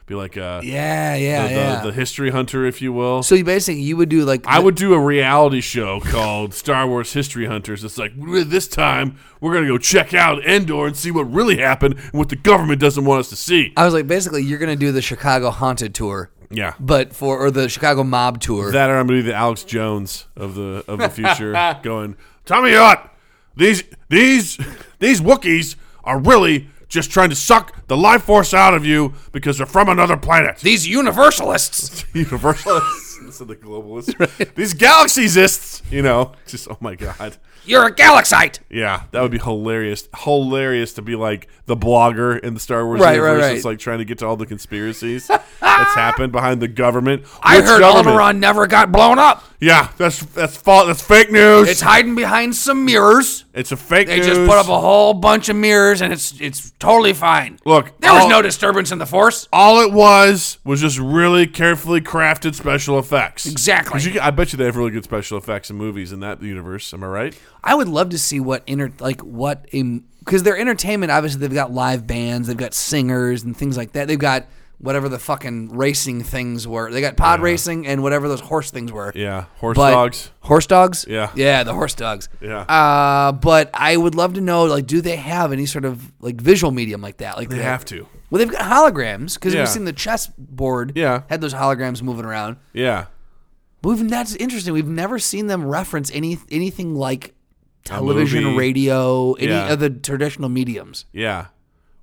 Speaker 2: be like uh,
Speaker 1: Yeah, yeah,
Speaker 2: the,
Speaker 1: yeah.
Speaker 2: the, the history hunter if you will
Speaker 1: so you basically you would do like
Speaker 2: I would do a reality show called Star Wars History Hunters. It's like "Well, this time we're gonna go check out Endor and see what really happened and what the government doesn't want us to see.
Speaker 1: I was like basically you're gonna do the Chicago haunted tour,
Speaker 2: Yeah,
Speaker 1: but for or the Chicago mob tour.
Speaker 2: that or I'm gonna be the Alex Jones of the of the future, going, tell me what these these these Wookiees are really just trying to suck the life force out of you because they're from another planet.
Speaker 1: These universalists.
Speaker 2: Universalists, instead of the globalists, these galaxiesists, you know, just oh my god.
Speaker 1: You're a galaxite.
Speaker 2: Yeah, that would be hilarious. Hilarious to be like the blogger in the Star Wars
Speaker 1: Right, right,
Speaker 2: universe
Speaker 1: right.
Speaker 2: that's like trying to get to all the conspiracies that's happened behind the government.
Speaker 1: I
Speaker 2: Which
Speaker 1: heard
Speaker 2: government?
Speaker 1: Alderaan never got blown up.
Speaker 2: Yeah, that's that's false. That's fake news.
Speaker 1: It's
Speaker 2: It's,
Speaker 1: hiding behind some mirrors.
Speaker 2: a fake
Speaker 1: They
Speaker 2: news.
Speaker 1: just put up a whole bunch of mirrors, and it's it's totally fine.
Speaker 2: Look,
Speaker 1: there was
Speaker 2: all-
Speaker 1: no disturbance in the force.
Speaker 2: all it was was just really carefully crafted special effects.
Speaker 1: Exactly.
Speaker 2: 'Cause you can- I bet you they have really good special effects in movies in that universe. Am I right?
Speaker 1: I would love to see what inter like what in because their entertainment obviously they've got live bands, they've got singers and things like that. They've got whatever the fucking racing things were. They got pod racing and whatever those horse things were.
Speaker 2: Yeah, horse
Speaker 1: But-
Speaker 2: dogs.
Speaker 1: Horse dogs?
Speaker 2: Yeah.
Speaker 1: Yeah, the horse dogs.
Speaker 2: Yeah.
Speaker 1: Uh, but I would love to know like do they have any sort of like visual medium like that? Like
Speaker 2: They have to.
Speaker 1: Well, they've got holograms because
Speaker 2: Yeah.
Speaker 1: we've seen the chessboard.
Speaker 2: Yeah.
Speaker 1: had those holograms moving around.
Speaker 2: Yeah.
Speaker 1: But we've, that's interesting. We've never seen them reference any anything like television,
Speaker 2: movie.
Speaker 1: radio, any
Speaker 2: Yeah.
Speaker 1: of the traditional mediums.
Speaker 2: Yeah.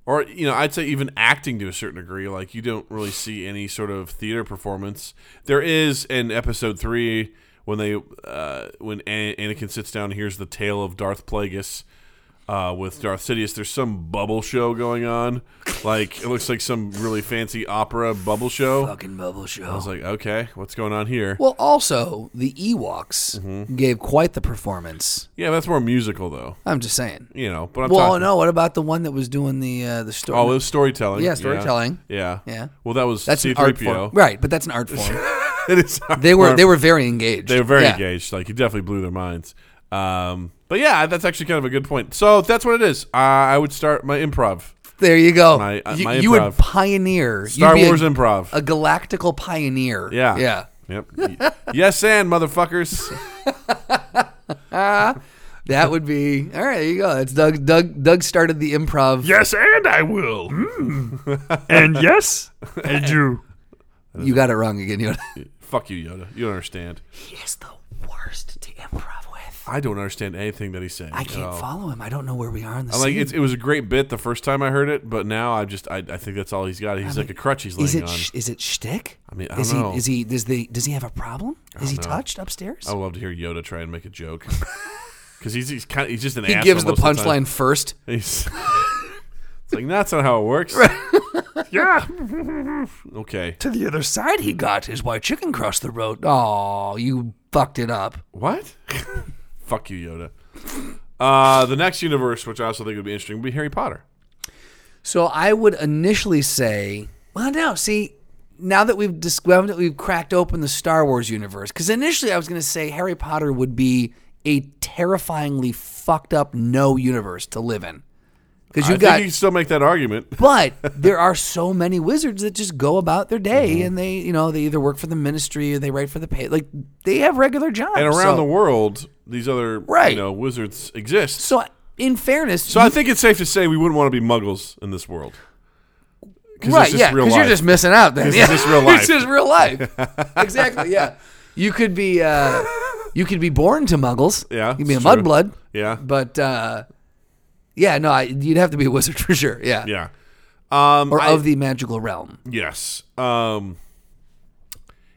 Speaker 2: Or, you know, I'd say even acting to a certain degree. Like, you don't really see any sort of theater performance. There is in episode three when they, uh, when An- Anakin sits down and hears the tale of Darth Plagueis uh, with Darth Sidious, there's some bubble show going on. Like, it looks like some really fancy opera bubble show. I
Speaker 1: Fucking bubble show.
Speaker 2: was like, okay, what's going on here?
Speaker 1: Well, also the Ewoks
Speaker 2: Mm-hmm.
Speaker 1: gave quite the performance.
Speaker 2: Yeah, that's more musical, though.
Speaker 1: I'm just saying.
Speaker 2: You know, but I'm
Speaker 1: Well,
Speaker 2: talking.
Speaker 1: no. What about the one that was doing the uh, the story?
Speaker 2: Oh, it was storytelling.
Speaker 1: Yeah, storytelling.
Speaker 2: Yeah.
Speaker 1: Yeah.
Speaker 2: Well, that was
Speaker 1: That's an art form,
Speaker 2: C-3PO.
Speaker 1: right? But that's an art form.
Speaker 2: It is art
Speaker 1: They were
Speaker 2: form.
Speaker 1: they were very engaged.
Speaker 2: They were very
Speaker 1: Yeah.
Speaker 2: engaged. Like it definitely blew their minds. Um, but yeah, that's actually kind of a good point. So that's what it is. Uh, I would start my improv,
Speaker 1: There you go.
Speaker 2: My- uh,
Speaker 1: you,
Speaker 2: my
Speaker 1: you would
Speaker 2: improv.
Speaker 1: pioneer You'd
Speaker 2: Star
Speaker 1: be a-
Speaker 2: Wars improv.
Speaker 1: a galactical pioneer.
Speaker 2: yeah,
Speaker 1: yeah.
Speaker 2: yep. Y- yes, and motherfuckers.
Speaker 1: That would be all right. There you go. That's Doug. Doug. Doug started the improv.
Speaker 3: Yes, and I will.
Speaker 1: Mm.
Speaker 3: and yes, and you.
Speaker 1: You got it wrong again. You.
Speaker 2: Fuck you, Yoda. You don't understand.
Speaker 1: He is the worst to improv with.
Speaker 2: I don't understand anything that he's saying.
Speaker 1: I can't follow him. I don't know where we are in the
Speaker 2: I'm like
Speaker 1: scene.
Speaker 2: it's, it was a great bit the first time I heard it, but now I just I, I think that's all he's got. He's like a crutch he's
Speaker 1: is
Speaker 2: laying
Speaker 1: it?
Speaker 2: on.
Speaker 1: Sh- is it shtick? I
Speaker 2: mean, I
Speaker 1: is
Speaker 2: don't know.
Speaker 1: he? Is he? Does the? Does he have a problem? Is he touched upstairs?
Speaker 2: I would love to hear Yoda try and make a joke because he's he's kind of, he's just an
Speaker 1: he
Speaker 2: asshole
Speaker 1: gives the
Speaker 2: most of time.
Speaker 1: punchline first.
Speaker 2: He's- it's like that's not how it works.
Speaker 3: Yeah.
Speaker 2: Okay.
Speaker 1: To the other side, he got his white chicken crossed the road. Oh, you fucked it up.
Speaker 2: What? Fuck you, Yoda. Uh, the next universe, which I also think would be interesting, would be Harry Potter.
Speaker 1: So I would initially say, well, no, see, now that we've dis- now that we've cracked open the Star Wars universe, because initially I was going to say Harry Potter would be a terrifyingly fucked up no universe to live in, because
Speaker 2: I
Speaker 1: you got.
Speaker 2: think you can still make that argument.
Speaker 1: but there are so many wizards that just go about their day,
Speaker 2: Mm-hmm.
Speaker 1: and they, you know, they either work for the ministry or they write for the pay. Like they have regular jobs.
Speaker 2: And around
Speaker 1: so,
Speaker 2: the world, these other
Speaker 1: Right.
Speaker 2: you know wizards exist.
Speaker 1: so, in fairness,
Speaker 2: So I think it's safe to say we wouldn't want to be muggles in this world. 'Cause
Speaker 1: Right,
Speaker 2: it's just
Speaker 1: yeah,
Speaker 2: real
Speaker 1: because you're
Speaker 2: life.
Speaker 1: just missing out then.
Speaker 2: It's
Speaker 1: yeah.
Speaker 2: just real life.
Speaker 1: it's just real life. exactly, yeah. You could be uh, you could be born to muggles.
Speaker 2: Yeah,
Speaker 1: You could be a
Speaker 2: it's true.
Speaker 1: mudblood.
Speaker 2: yeah,
Speaker 1: But uh, yeah, no, I, you'd have to be a wizard for sure. Yeah.
Speaker 2: yeah. Um,
Speaker 1: Or
Speaker 2: I-
Speaker 1: of the magical realm.
Speaker 2: yes. Um,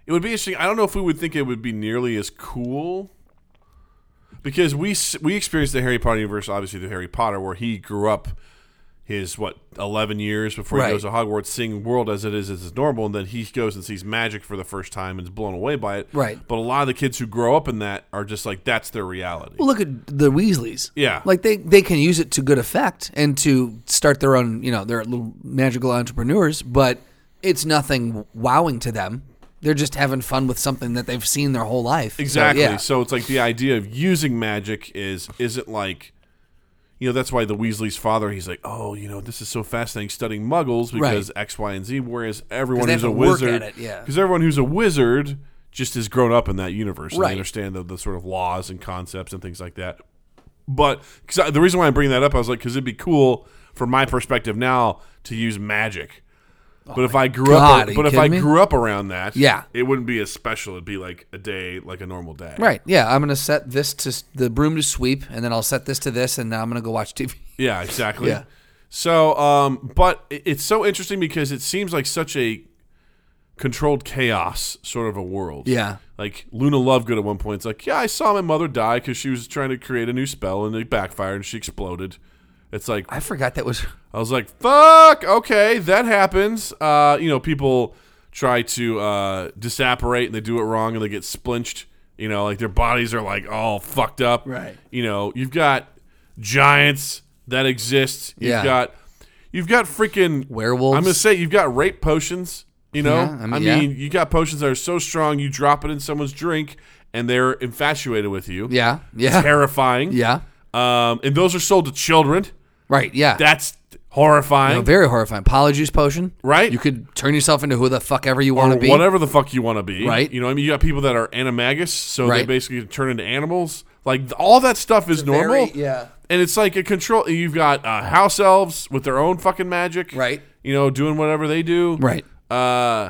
Speaker 2: It would be interesting. I don't know if we would think it would be nearly as cool because we s- we experienced the Harry Potter universe, obviously the Harry Potter, where he grew up his what eleven years before
Speaker 1: Right.
Speaker 2: he goes to Hogwarts, seeing the world as it is as it's normal, and then he goes and sees magic for the first time and is blown away by it.
Speaker 1: Right.
Speaker 2: But a lot of the kids who grow up in that are just like that's their reality.
Speaker 1: Well, look at the Weasleys.
Speaker 2: Yeah.
Speaker 1: like they they can use it to good effect and to start their own, you know, their little magical entrepreneurs. But it's nothing wowing to them. They're just having fun with something that they've seen their whole life. So,
Speaker 2: Exactly. So,
Speaker 1: yeah.
Speaker 2: it's like the idea of using magic is isn't like you know, that's why the Weasley's father, he's like, Oh, you know, this is so fascinating studying muggles because X, Y, and Z, whereas everyone
Speaker 1: they
Speaker 2: who's
Speaker 1: have
Speaker 2: a
Speaker 1: to work
Speaker 2: wizard
Speaker 1: at it, yeah.
Speaker 2: Because everyone who's a wizard just has grown up in that universe and
Speaker 1: Right.
Speaker 2: they understand the, the sort of laws and concepts and things like that. But cause I- the reason why I'm bringing that up, I was like, because it'd be cool from my perspective now to use magic. but if I grew
Speaker 1: Oh God,
Speaker 2: up,
Speaker 1: are you
Speaker 2: but if
Speaker 1: kidding
Speaker 2: I
Speaker 1: me?
Speaker 2: grew up around that,
Speaker 1: Yeah.
Speaker 2: it wouldn't be as special. It'd be like a day, like a normal day,
Speaker 1: Right. Yeah. I'm going to set this to s- the broom to sweep, and then I'll set this to this, and then I'm going to go watch TV.
Speaker 2: Yeah, exactly.
Speaker 1: Yeah.
Speaker 2: So, um, but it- it's so interesting because it seems like such a controlled chaos sort of a world.
Speaker 1: Yeah.
Speaker 2: Like Luna Lovegood at one point, it's like, yeah, I saw my mother die because she was trying to create a new spell and it backfired and she exploded. It's like
Speaker 1: I forgot that was.
Speaker 2: I was like, fuck, okay, that happens. Uh, you know, people try to uh, disapparate and they do it wrong and they get splinched. You know, like their bodies are like all fucked up.
Speaker 1: Right.
Speaker 2: You know, you've got giants that exist. You've
Speaker 1: Yeah.
Speaker 2: got you've got freaking
Speaker 1: Werewolves.
Speaker 2: I'm gonna say you've got rape potions. You know,
Speaker 1: Yeah, I
Speaker 2: I
Speaker 1: mean,
Speaker 2: mean,
Speaker 1: yeah.
Speaker 2: you got potions that are so strong you drop it in someone's drink and they're infatuated with you.
Speaker 1: Yeah. Yeah.
Speaker 2: Terrifying.
Speaker 1: Yeah.
Speaker 2: Um, and those are sold to children.
Speaker 1: Right. Yeah.
Speaker 2: That's
Speaker 1: You
Speaker 2: horrifying.
Speaker 1: know, very horrifying. Polyjuice potion.
Speaker 2: Right.
Speaker 1: You could turn yourself into who the fuck ever you want
Speaker 2: or
Speaker 1: to be.
Speaker 2: whatever the fuck you want to be.
Speaker 1: Right.
Speaker 2: You know, what I mean, you got people that are animagus, so they
Speaker 1: Right.
Speaker 2: basically turn into animals. Like th- all that stuff is normal.
Speaker 1: very- yeah.
Speaker 2: And it's like a control. You've got uh, house elves with their own fucking magic.
Speaker 1: Right.
Speaker 2: You know, doing whatever they do.
Speaker 1: Right.
Speaker 2: Uh,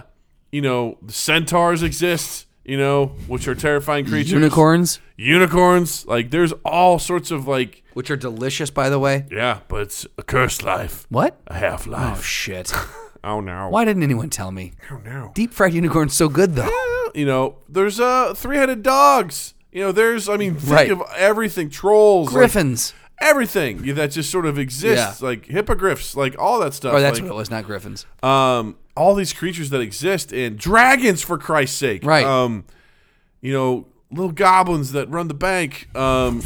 Speaker 2: you know, centaurs exist. You know, which are terrifying creatures.
Speaker 1: Unicorns,
Speaker 2: Unicorns. Like there's all sorts of like.
Speaker 1: which are delicious, by the way.
Speaker 2: Yeah, but it's a cursed life,
Speaker 1: What?
Speaker 2: a half
Speaker 1: Oh
Speaker 2: life.
Speaker 1: shit!
Speaker 2: Oh, no.
Speaker 1: Why didn't anyone tell me?
Speaker 2: Oh no.
Speaker 1: Deep fried unicorn's so good though.
Speaker 2: you know, there's uh three-headed dogs. You know, there's I mean, think
Speaker 1: Right.
Speaker 2: of everything, trolls, like,
Speaker 1: Griffins,
Speaker 2: everything yeah, that just sort of exists, like hippogriffs, like all that stuff.
Speaker 1: or Oh, that's
Speaker 2: like,
Speaker 1: what it was, not griffins.
Speaker 2: um, all these creatures that exist and dragons for Christ's sake,
Speaker 1: Right.
Speaker 2: Um, you know, little goblins that run the bank. Um,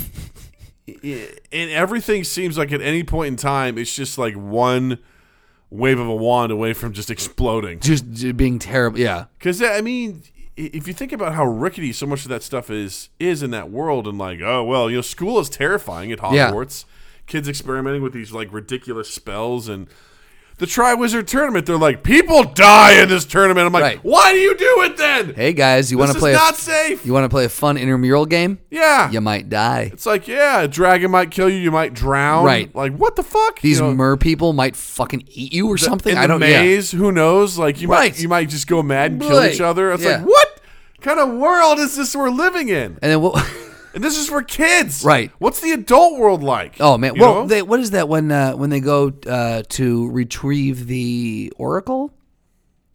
Speaker 2: i- and everything seems like at any point in time, it's just like one wave of a wand away from just exploding.
Speaker 1: Just, j- being terrible. Yeah.
Speaker 2: Because I mean, i- if you think about how rickety so much of that stuff is is in that world, and like, oh well, you know, school is terrifying at
Speaker 1: Yeah.
Speaker 2: Hogwarts. Kids experimenting with these like ridiculous spells and. The Triwizard Tournament, they're like, people die in this tournament. I'm like,
Speaker 1: Right.
Speaker 2: why do you do it then?
Speaker 1: Hey guys, you want
Speaker 2: this
Speaker 1: to play?
Speaker 2: is not
Speaker 1: a,
Speaker 2: safe.
Speaker 1: you want to play a fun intramural game?
Speaker 2: yeah.
Speaker 1: You might die.
Speaker 2: It's like, yeah, a dragon might kill you. You might drown.
Speaker 1: Right.
Speaker 2: Like, what the fuck?
Speaker 1: These
Speaker 2: you know,
Speaker 1: mer people might fucking eat you or something.
Speaker 2: in
Speaker 1: I don't.
Speaker 2: the
Speaker 1: Yeah.
Speaker 2: maze. Who knows? Like you
Speaker 1: Right.
Speaker 2: might you might just go mad and kill
Speaker 1: Right.
Speaker 2: each other. It's
Speaker 1: Yeah.
Speaker 2: like what kind of world is this we're living in?
Speaker 1: And then what?
Speaker 2: And this is for kids,
Speaker 1: Right.
Speaker 2: What's the adult world like?
Speaker 1: Oh man.
Speaker 2: You
Speaker 1: well,
Speaker 2: know?
Speaker 1: they, what is that when uh, when they go uh, to retrieve the oracle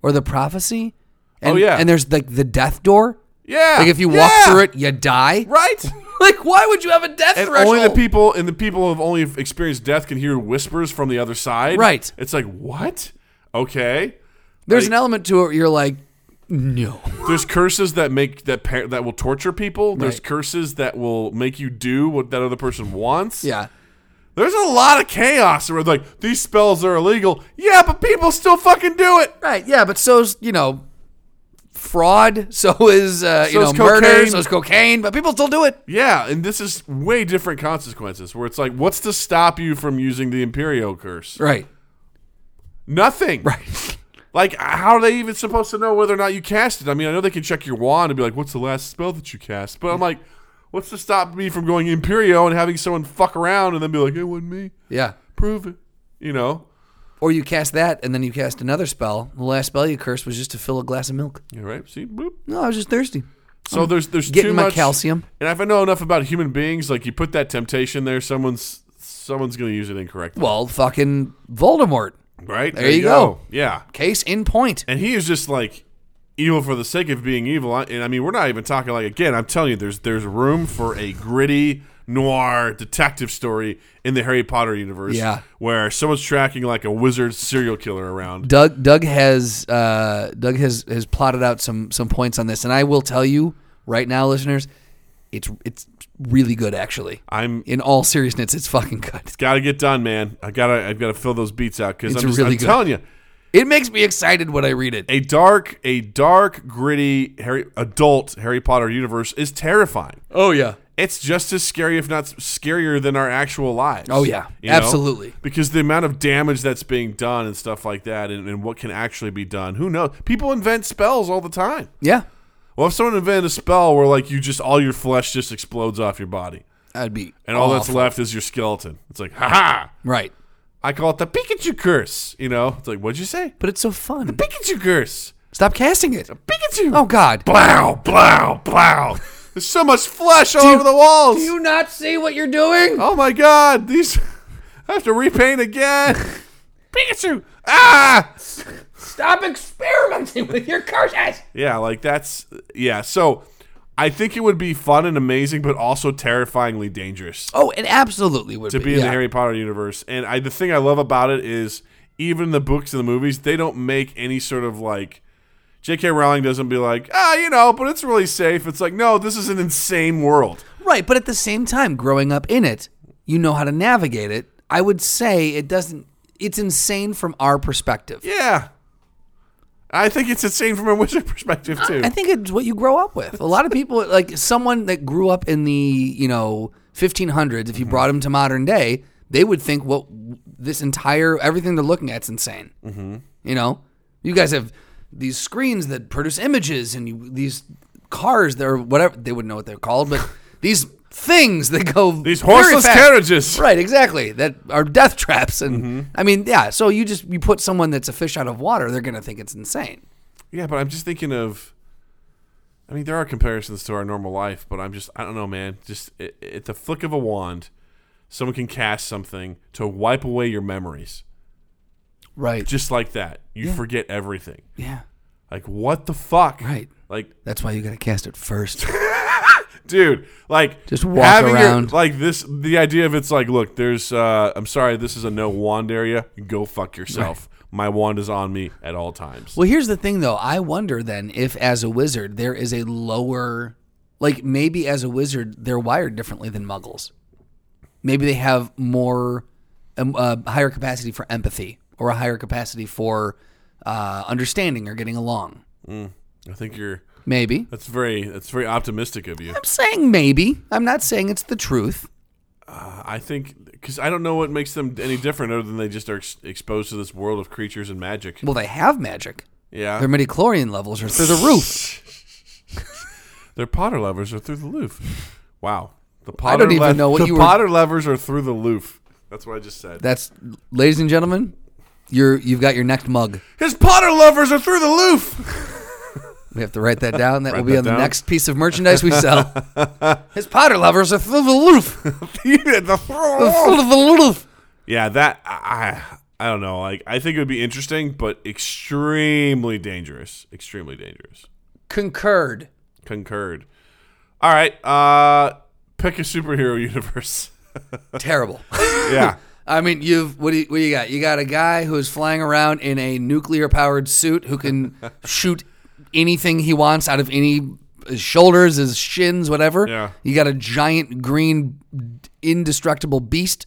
Speaker 1: or the prophecy? And,
Speaker 2: Oh, yeah.
Speaker 1: And there's like the death door.
Speaker 2: yeah.
Speaker 1: Like if you walk
Speaker 2: Yeah.
Speaker 1: through it, you die.
Speaker 2: right?
Speaker 1: Like why would you have a death
Speaker 2: And
Speaker 1: threshold?
Speaker 2: only the people and the people who have only experienced death can hear whispers from the other side.
Speaker 1: Right.
Speaker 2: It's like what? Okay.
Speaker 1: There's an element to it. Where you're like, no.
Speaker 2: There's curses that make that par- that will torture people. There's
Speaker 1: Right.
Speaker 2: curses that will make you do what that other person wants.
Speaker 1: Yeah.
Speaker 2: There's a lot of chaos where like these spells are illegal. Yeah, but people still fucking do it.
Speaker 1: Right. Yeah. But so's you know, fraud. So is uh, you
Speaker 2: So
Speaker 1: know
Speaker 2: is
Speaker 1: murder.
Speaker 2: cocaine.
Speaker 1: So is cocaine. But people still do it.
Speaker 2: Yeah, and this is way different consequences where it's like, what's to stop you from using the Imperial curse?
Speaker 1: Right.
Speaker 2: Nothing.
Speaker 1: Right.
Speaker 2: Like, how are they even supposed to know whether or not you cast it? I mean, I know they can check your wand and be like, what's the last spell that you cast? But I'm like, what's to stop me from going Imperio and having someone fuck around and then be like, it wasn't me.
Speaker 1: Yeah.
Speaker 2: Prove it. You know?
Speaker 1: Or you cast that, and then you cast another spell. The last spell you cursed was just to fill a glass of milk.
Speaker 2: You're right. See, boop.
Speaker 1: No, I was just thirsty.
Speaker 2: So there's there's
Speaker 1: getting
Speaker 2: too
Speaker 1: my
Speaker 2: much
Speaker 1: calcium.
Speaker 2: And if I know enough about human beings, like you put that temptation there, someone's someone's going to use it incorrectly.
Speaker 1: Well, fucking Voldemort.
Speaker 2: right? There,
Speaker 1: you go.
Speaker 2: Yeah.
Speaker 1: Case in point.
Speaker 2: And he is just like evil for the sake of being evil. I- And I mean, we're not even talking like again. I'm telling you, there's there's room for a gritty noir detective story in the Harry Potter universe.
Speaker 1: Yeah.
Speaker 2: where someone's tracking like a wizard serial killer around.
Speaker 1: Doug Doug has uh, Doug has has plotted out some some points on this, and I will tell you right now, listeners, it's it's really good actually.
Speaker 2: I'm
Speaker 1: In all seriousness, it's fucking good.
Speaker 2: gotta get done, man. I gotta I've gotta fill those beats out because
Speaker 1: It's
Speaker 2: I'm, just,
Speaker 1: really
Speaker 2: I'm
Speaker 1: good.
Speaker 2: telling you,
Speaker 1: It makes me excited when I read it.
Speaker 2: a dark a dark gritty Harry adult Harry Potter universe is terrifying.
Speaker 1: Oh yeah,
Speaker 2: it's just as scary, if not scarier, than our actual lives.
Speaker 1: Oh, yeah. Absolutely.
Speaker 2: Because the amount of damage that's being done and stuff like that, and, and what can actually be done, who knows? People invent spells all the time.
Speaker 1: yeah.
Speaker 2: Well, if someone invented a spell where like you just all your flesh just explodes off your body,
Speaker 1: I'd be
Speaker 2: and all that's
Speaker 1: awful.
Speaker 2: left is your skeleton, it's like ha ha.
Speaker 1: right,
Speaker 2: I call it the Pikachu curse. You know, it's like what'd you say?
Speaker 1: but it's so fun.
Speaker 2: Pikachu curse.
Speaker 1: Stop casting it.
Speaker 2: Pikachu.
Speaker 1: Oh God,
Speaker 2: blow, blow, blow. There's so much flesh all
Speaker 1: you-
Speaker 2: over the walls.
Speaker 1: do you not see what you're doing?
Speaker 2: Oh my god, these I have to repaint again. Pikachu. Ah!
Speaker 1: Stop experimenting with your curses.
Speaker 2: Yeah, like that's yeah, so I think it would be fun and amazing but also terrifyingly dangerous
Speaker 1: Oh, it absolutely would
Speaker 2: to be in
Speaker 1: yeah.
Speaker 2: the Harry Potter universe. And I the thing I love about it is even the books and the movies, they don't make any sort of like J.K. Rowling doesn't be like, ah, you know, but it's really safe. It's like, no, this is an insane world.
Speaker 1: Right, but at the same time, growing up in it, you know how to navigate it. I would say it doesn't. It's insane from our perspective.
Speaker 2: Yeah. I think it's insane from a wizard perspective, too.
Speaker 1: I think it's what you grow up with. A lot of people, like someone that grew up in the you know 1500s,
Speaker 2: Mm-hmm.
Speaker 1: if you brought them to modern day, they would think what this entire everything they're looking at's insane. Mm-hmm. You know, you guys have these screens that produce images and you, these cars that are whatever they wouldn't know what they're called, but these things that go
Speaker 2: These
Speaker 1: very
Speaker 2: horseless
Speaker 1: fast.
Speaker 2: carriages. Mm-hmm.
Speaker 1: Right, exactly. That are death traps, and I mean, yeah. So you just you put someone that's a fish out of water, they're gonna think it's insane.
Speaker 2: Yeah, but I'm just thinking of. I mean, there are comparisons to our normal life, but I'm just, I don't know, man. Just at, at the flick of a wand, someone can cast something to wipe away your memories.
Speaker 1: Right.
Speaker 2: Just like that. You forget everything.
Speaker 1: Yeah.
Speaker 2: Like, what the fuck?
Speaker 1: Right.
Speaker 2: Like,
Speaker 1: That's why you gotta cast it first.
Speaker 2: dude, like,
Speaker 1: Just walk
Speaker 2: having your-
Speaker 1: around.
Speaker 2: like, this, the idea of it's like, look, there's, uh, I'm sorry, this is a no wand area. Go fuck yourself. My wand is on me at all times.
Speaker 1: well, here's the thing though. I wonder then if as a wizard there is a lower like maybe as a wizard they're wired differently than muggles. Maybe they have more um, uh, higher capacity for empathy or a higher capacity for uh, understanding or getting along.
Speaker 2: I think you're,
Speaker 1: Maybe.
Speaker 2: that's very, that's very optimistic of you.
Speaker 1: I'm saying maybe. I'm not saying it's the truth.
Speaker 2: I think because I don't know what makes them any different other than they just are ex- exposed to this world of creatures and magic.
Speaker 1: Well, they have magic.
Speaker 2: Yeah,
Speaker 1: Their
Speaker 2: they're,
Speaker 1: midichlorian levels are through the roof.
Speaker 2: Potter lovers are through the roof. Wow, the Potter
Speaker 1: I don't even know what
Speaker 2: the
Speaker 1: you were-
Speaker 2: Potter lovers are through the roof. That's what I just said.
Speaker 1: That's ladies and gentlemen, you're you've got your next mug.
Speaker 2: His Potter lovers are through the roof.
Speaker 1: We have to write that down. That will be
Speaker 2: that
Speaker 1: on the
Speaker 2: down.
Speaker 1: next piece of merchandise we sell. His Potter lovers are through the roof.
Speaker 2: The
Speaker 1: Through
Speaker 2: roof.
Speaker 1: the roof.
Speaker 2: yeah, that I I don't know. Like I think it would be interesting, but extremely dangerous. Extremely dangerous.
Speaker 1: Concurred.
Speaker 2: Concurred. All right, uh, pick a superhero universe.
Speaker 1: Terrible.
Speaker 2: yeah.
Speaker 1: I mean, you've what do you, what do you got? You got a guy who is flying around in a nuclear powered suit who can shoot anything he wants out of any his shoulders, his shins, whatever.
Speaker 2: Yeah.
Speaker 1: You got a giant green indestructible beast.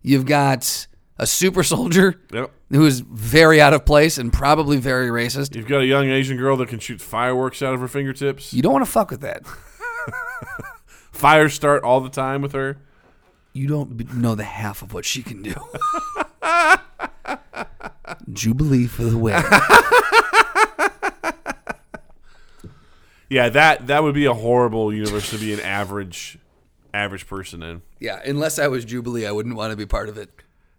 Speaker 1: You've got a super soldier
Speaker 2: Yep.
Speaker 1: who is very out of place and probably very racist.
Speaker 2: You've got a young Asian girl that can shoot fireworks out of her fingertips.
Speaker 1: You don't want to fuck with that.
Speaker 2: Fire start all the time with her.
Speaker 1: You don't b- know the half of what she can do. Jubilee for the win.
Speaker 2: Yeah, that that would be a horrible universe to be an average average person in.
Speaker 1: Yeah, unless I was Jubilee, I wouldn't want to be part of it.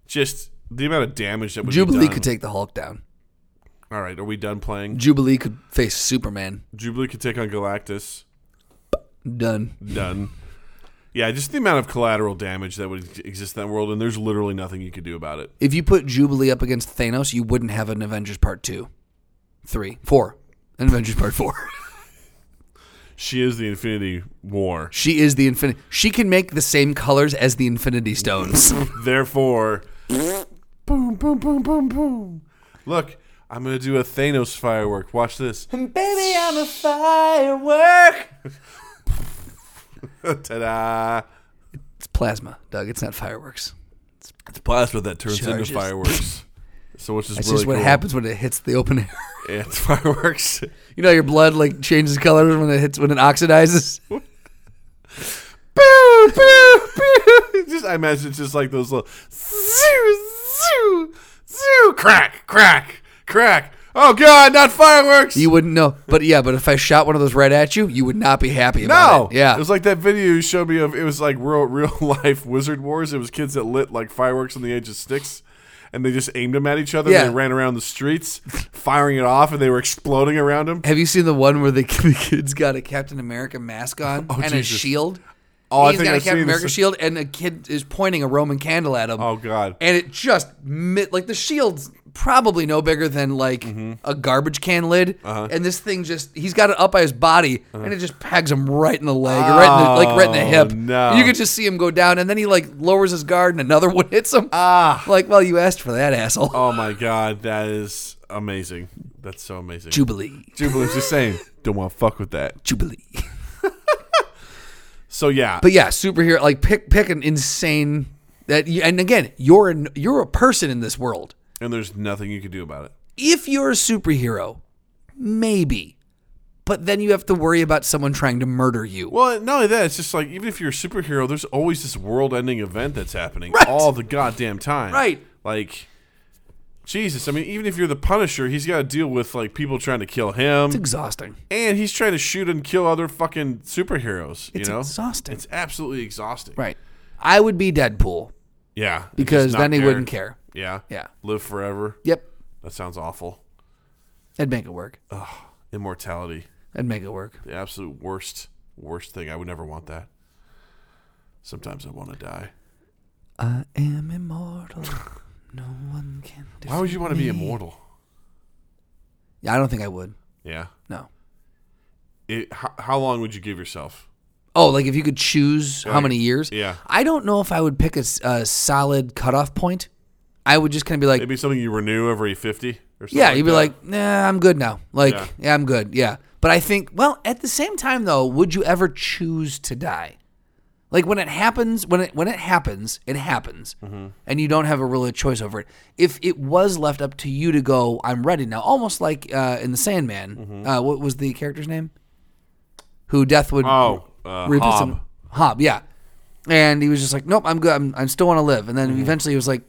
Speaker 2: Just the amount of damage that would be
Speaker 1: Jubilee
Speaker 2: done.
Speaker 1: could take the Hulk down.
Speaker 2: all right, are we done playing?
Speaker 1: Jubilee could face Superman.
Speaker 2: Jubilee could take on Galactus.
Speaker 1: Done.
Speaker 2: Done. Yeah, just the amount of collateral damage that would exist in that world, and there's literally nothing you could do about it.
Speaker 1: If you put Jubilee up against Thanos, you wouldn't have an Avengers Part 2, 3, 4. in Avengers Part Four.
Speaker 2: She is the Infinity War.
Speaker 1: she is the infinity. She can make the same colors as the Infinity Stones.
Speaker 2: Therefore, boom, boom, boom, boom, boom. Look, I'm gonna do a Thanos firework. Watch this.
Speaker 1: Baby, I'm a firework.
Speaker 2: Ta-da!
Speaker 1: It's plasma, Doug. It's not fireworks.
Speaker 2: It's plasma that turns
Speaker 1: Charges.
Speaker 2: into fireworks. So which is
Speaker 1: It's
Speaker 2: really
Speaker 1: just what
Speaker 2: cool.
Speaker 1: happens when it hits the open air.
Speaker 2: Yeah, it's fireworks.
Speaker 1: You know, your blood like changes colors when it hits when it oxidizes.
Speaker 2: pew, pew, pew. Just I imagine it's just like those little zoo, zoo, zoo, crack, crack, crack. Oh God, not fireworks.
Speaker 1: You wouldn't know, but yeah. But if I shot one of those right at you, you would not be happy about
Speaker 2: no,
Speaker 1: it. Yeah,
Speaker 2: it was like that video you showed me of. It was like real, real life Wizard Wars. It was kids that lit like fireworks on the edge of sticks. And they just aimed them at each other.
Speaker 1: Yeah.
Speaker 2: And they ran around the streets, firing it off, and they were exploding around them.
Speaker 1: Have you seen the one where the, the kid's got a Captain America mask on and a
Speaker 2: Jesus.
Speaker 1: shield?
Speaker 2: Oh, I
Speaker 1: He's
Speaker 2: think
Speaker 1: got
Speaker 2: I've
Speaker 1: a Captain
Speaker 2: seen this.
Speaker 1: America shield, and a kid is pointing a Roman candle at him.
Speaker 2: Oh God!
Speaker 1: And it just mi- like the shield's probably no bigger than like
Speaker 2: Mm-hmm.
Speaker 1: a garbage can lid,
Speaker 2: Uh-huh.
Speaker 1: and this thing just—he's got it up by his body, and it just pegs him right in the leg, or right in the, like right in the
Speaker 2: Oh,
Speaker 1: hip.
Speaker 2: no.
Speaker 1: You could just see him go down, and then he like lowers his guard, and another one hits him.
Speaker 2: Ah.
Speaker 1: like well, you asked for that, asshole.
Speaker 2: Oh my God! That is amazing. That's so amazing.
Speaker 1: Jubilee,
Speaker 2: Jubilee's just saying, don't want to fuck with that.
Speaker 1: Jubilee.
Speaker 2: So yeah,
Speaker 1: But yeah, superhero like pick pick an insane that you, and again, you're an, you're a person in this world.
Speaker 2: and there's nothing you can do about it.
Speaker 1: If you're a superhero, maybe. But then you have to worry about someone trying to murder you.
Speaker 2: Well, not only that, it's just like even if you're a superhero, there's always this world-ending event that's happening all the goddamn time.
Speaker 1: Right.
Speaker 2: Like, Jesus. I mean, even if you're the Punisher, he's got to deal with like people trying to kill him,
Speaker 1: it's exhausting.
Speaker 2: and he's trying to shoot and kill other fucking superheroes.
Speaker 1: It's
Speaker 2: you know,
Speaker 1: exhausting.
Speaker 2: It's absolutely exhausting.
Speaker 1: right. I would be Deadpool
Speaker 2: Yeah. and just
Speaker 1: because
Speaker 2: not
Speaker 1: then they
Speaker 2: care.
Speaker 1: wouldn't care.
Speaker 2: Yeah.
Speaker 1: Yeah.
Speaker 2: Live forever.
Speaker 1: Yep.
Speaker 2: That sounds awful.
Speaker 1: I'd make it work.
Speaker 2: Immortality.
Speaker 1: I'd make it work.
Speaker 2: the absolute worst, worst thing. I would never want that. Sometimes I want to die.
Speaker 1: I am immortal. No one can. Def-
Speaker 2: Why would you want to be immortal?
Speaker 1: I don't think I would.
Speaker 2: Yeah.
Speaker 1: No.
Speaker 2: It, how, how long would you give yourself?
Speaker 1: Oh, like if you could choose how
Speaker 2: Like-
Speaker 1: many years?
Speaker 2: yeah.
Speaker 1: I don't know if I would pick a, s- a solid cutoff point. I would just kind of be like,
Speaker 2: Maybe something you renew every fifty or something.
Speaker 1: yeah, you'd be
Speaker 2: that.
Speaker 1: like, nah, I'm good now. Like,
Speaker 2: Yeah.
Speaker 1: yeah. I'm good. Yeah. But I think, well, at the same time though, would you ever choose to die? Like when it happens, when it when it happens, it happens,
Speaker 2: Mm-hmm.
Speaker 1: and you don't have a really choice over it. If it was left up to you to go, I'm ready now. Almost like uh, in the Sandman,
Speaker 2: Mm-hmm.
Speaker 1: uh, what was the character's name? Who death would
Speaker 2: oh, uh,
Speaker 1: Reap
Speaker 2: Hob.
Speaker 1: some Hob, yeah. And he was just like, nope, I'm good. I'm, I still want to live. And then
Speaker 2: Mm-hmm.
Speaker 1: eventually he was like,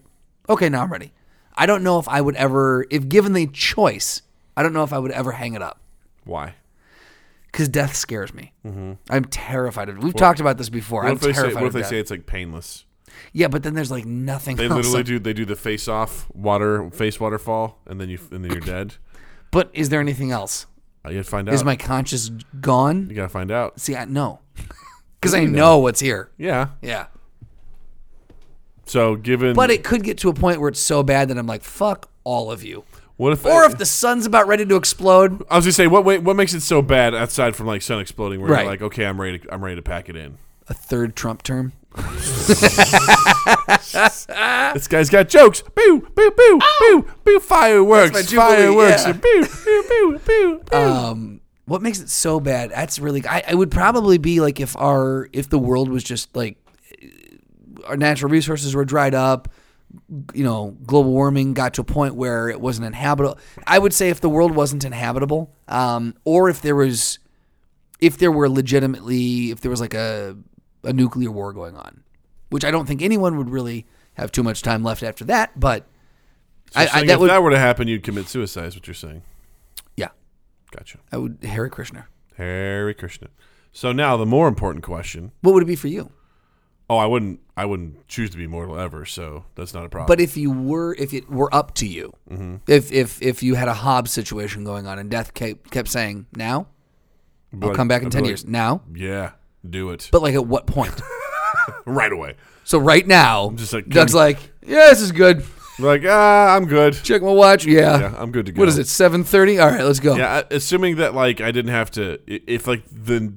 Speaker 1: okay, now I'm ready. I don't know if I would ever, if given the choice, I don't know if I would ever hang it up
Speaker 2: Why?
Speaker 1: because death scares me. I'm terrified of it. We've talked about this before.
Speaker 2: Mm-hmm. What
Speaker 1: I'm
Speaker 2: if they
Speaker 1: terrified
Speaker 2: say? What if
Speaker 1: of
Speaker 2: they
Speaker 1: death.
Speaker 2: say it's like painless?
Speaker 1: yeah, but then there's like nothing
Speaker 2: They
Speaker 1: else.
Speaker 2: literally
Speaker 1: Like,
Speaker 2: do. They do the face off water face waterfall, and then you and then you're dead.
Speaker 1: But is there anything else?
Speaker 2: Uh, You gotta find
Speaker 1: Is
Speaker 2: out.
Speaker 1: my conscience gone?
Speaker 2: you gotta find out.
Speaker 1: See, I no. Because I know what's here.
Speaker 2: Yeah.
Speaker 1: Yeah.
Speaker 2: So given,
Speaker 1: But it could get to a point where it's so bad that I'm like, fuck all of you.
Speaker 2: what if
Speaker 1: Or if the sun's about ready to explode,
Speaker 2: I was gonna say what wait, what makes it so bad outside from like sun exploding where
Speaker 1: Right.
Speaker 2: you're like okay I'm ready to, I'm ready to pack it in.
Speaker 1: a third Trump term. Ah.
Speaker 2: This guy's got jokes. Boo boo boo boo boo fireworks
Speaker 1: That's my Jubilee,
Speaker 2: fireworks
Speaker 1: yeah.
Speaker 2: boo boo boo boo. boo.
Speaker 1: Um, what makes it so bad? That's really. I, I would probably be like if our if the world was just like our natural resources were dried up. You know, global warming got to a point where it wasn't inhabitable. I would say if the world wasn't inhabitable, um, or if there was, if there were legitimately, if there was like a a nuclear war going on, which I don't think anyone would really have too much time left after that. But
Speaker 2: So you're
Speaker 1: I, I,
Speaker 2: saying
Speaker 1: that
Speaker 2: if
Speaker 1: would,
Speaker 2: that were to happen, you'd commit suicide. Is what you're saying?
Speaker 1: yeah,
Speaker 2: Gotcha.
Speaker 1: I would Harry Krishner.
Speaker 2: Hare Krishna. So now the more important question.
Speaker 1: What would it be for you?
Speaker 2: Oh, I wouldn't I wouldn't choose to be mortal ever. So that's not a problem.
Speaker 1: But if you were, if it were up to you,
Speaker 2: Mm-hmm.
Speaker 1: if if if you had a Hobbes situation going on, and Death kept kept saying, "Now
Speaker 2: But
Speaker 1: I'll come back in
Speaker 2: I'd
Speaker 1: ten
Speaker 2: be
Speaker 1: years."
Speaker 2: like,
Speaker 1: Now,
Speaker 2: Yeah, do it
Speaker 1: but like at what point?
Speaker 2: right away.
Speaker 1: so right now,
Speaker 2: just like,
Speaker 1: Doug's
Speaker 2: can-
Speaker 1: like, "Yeah, this is good."
Speaker 2: Like, ah, I'm good.
Speaker 1: Check my watch. Yeah.
Speaker 2: Yeah, I'm good to go.
Speaker 1: What is it? Seven thirty. All right, let's go.
Speaker 2: Yeah, I- assuming that like I didn't have to. i- If like the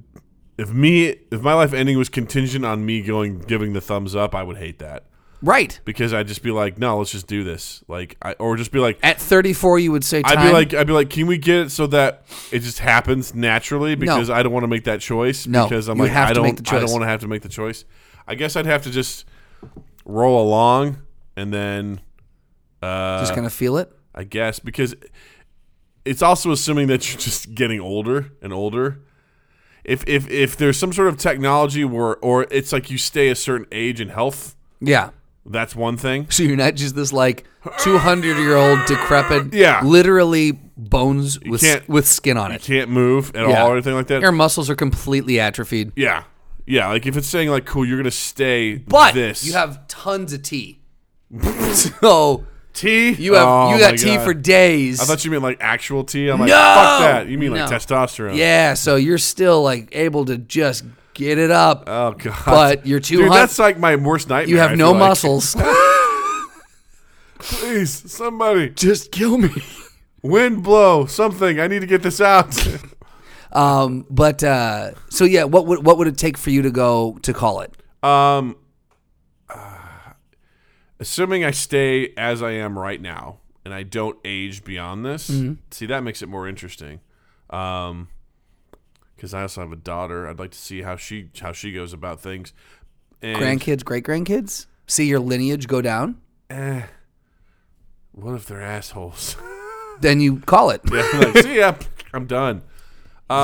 Speaker 2: if me if my life ending was contingent on me going giving the thumbs up, I would hate that
Speaker 1: Right.
Speaker 2: because I'd just be like, no, let's just do this. Like, I or just be like,
Speaker 1: At thirty four, you would say time.
Speaker 2: I'd be like, I'd be like, can we get it so that it just happens naturally? Because I don't want to make that choice.
Speaker 1: No,
Speaker 2: because I'm
Speaker 1: you
Speaker 2: like,
Speaker 1: have
Speaker 2: I
Speaker 1: to
Speaker 2: don't,
Speaker 1: make the
Speaker 2: I
Speaker 1: choice.
Speaker 2: don't want to have to make the choice. I guess I'd have to just roll along and then, uh,
Speaker 1: just kind of feel it.
Speaker 2: I guess because it's also assuming that you're just getting older and older. If if if there's some sort of technology where or it's like you stay a certain age in health,
Speaker 1: Yeah.
Speaker 2: that's one thing.
Speaker 1: So you're not just this like 200 year old decrepit,
Speaker 2: Yeah.
Speaker 1: literally bones with s-
Speaker 2: can't-
Speaker 1: with skin on it.
Speaker 2: Can't move at
Speaker 1: Yeah.
Speaker 2: all or anything like that.
Speaker 1: Your muscles are completely atrophied.
Speaker 2: Yeah. Yeah, like if it's saying like cool, you're gonna stay
Speaker 1: But
Speaker 2: this.
Speaker 1: you have tons of tea. so
Speaker 2: tea.
Speaker 1: you have
Speaker 2: Oh
Speaker 1: you got
Speaker 2: my
Speaker 1: tea
Speaker 2: God.
Speaker 1: for days.
Speaker 2: I thought you meant like actual tea. I'm like
Speaker 1: No!
Speaker 2: fuck that. You mean like
Speaker 1: No.
Speaker 2: testosterone?
Speaker 1: yeah, so you're still like able to just get it up.
Speaker 2: Oh god.
Speaker 1: But you're too
Speaker 2: Dude,
Speaker 1: hot-
Speaker 2: that's like my worst nightmare.
Speaker 1: you
Speaker 2: I
Speaker 1: have no
Speaker 2: feel like.
Speaker 1: muscles.
Speaker 2: Please, somebody,
Speaker 1: just kill me.
Speaker 2: wind blow something. I need to get this out.
Speaker 1: Um, but uh, so yeah, what would what would it take for you to go to call it?
Speaker 2: um, uh, assuming I stay as I am right now and I don't age beyond this.
Speaker 1: Mm-hmm.
Speaker 2: See, that makes it more interesting. Um, because I also have a daughter. I'd like to see how she how she goes about things. And
Speaker 1: Grandkids, great grandkids, see your lineage go down,
Speaker 2: eh, what if they're assholes?
Speaker 1: then you call it.
Speaker 2: yeah, like, see ya. I'm done.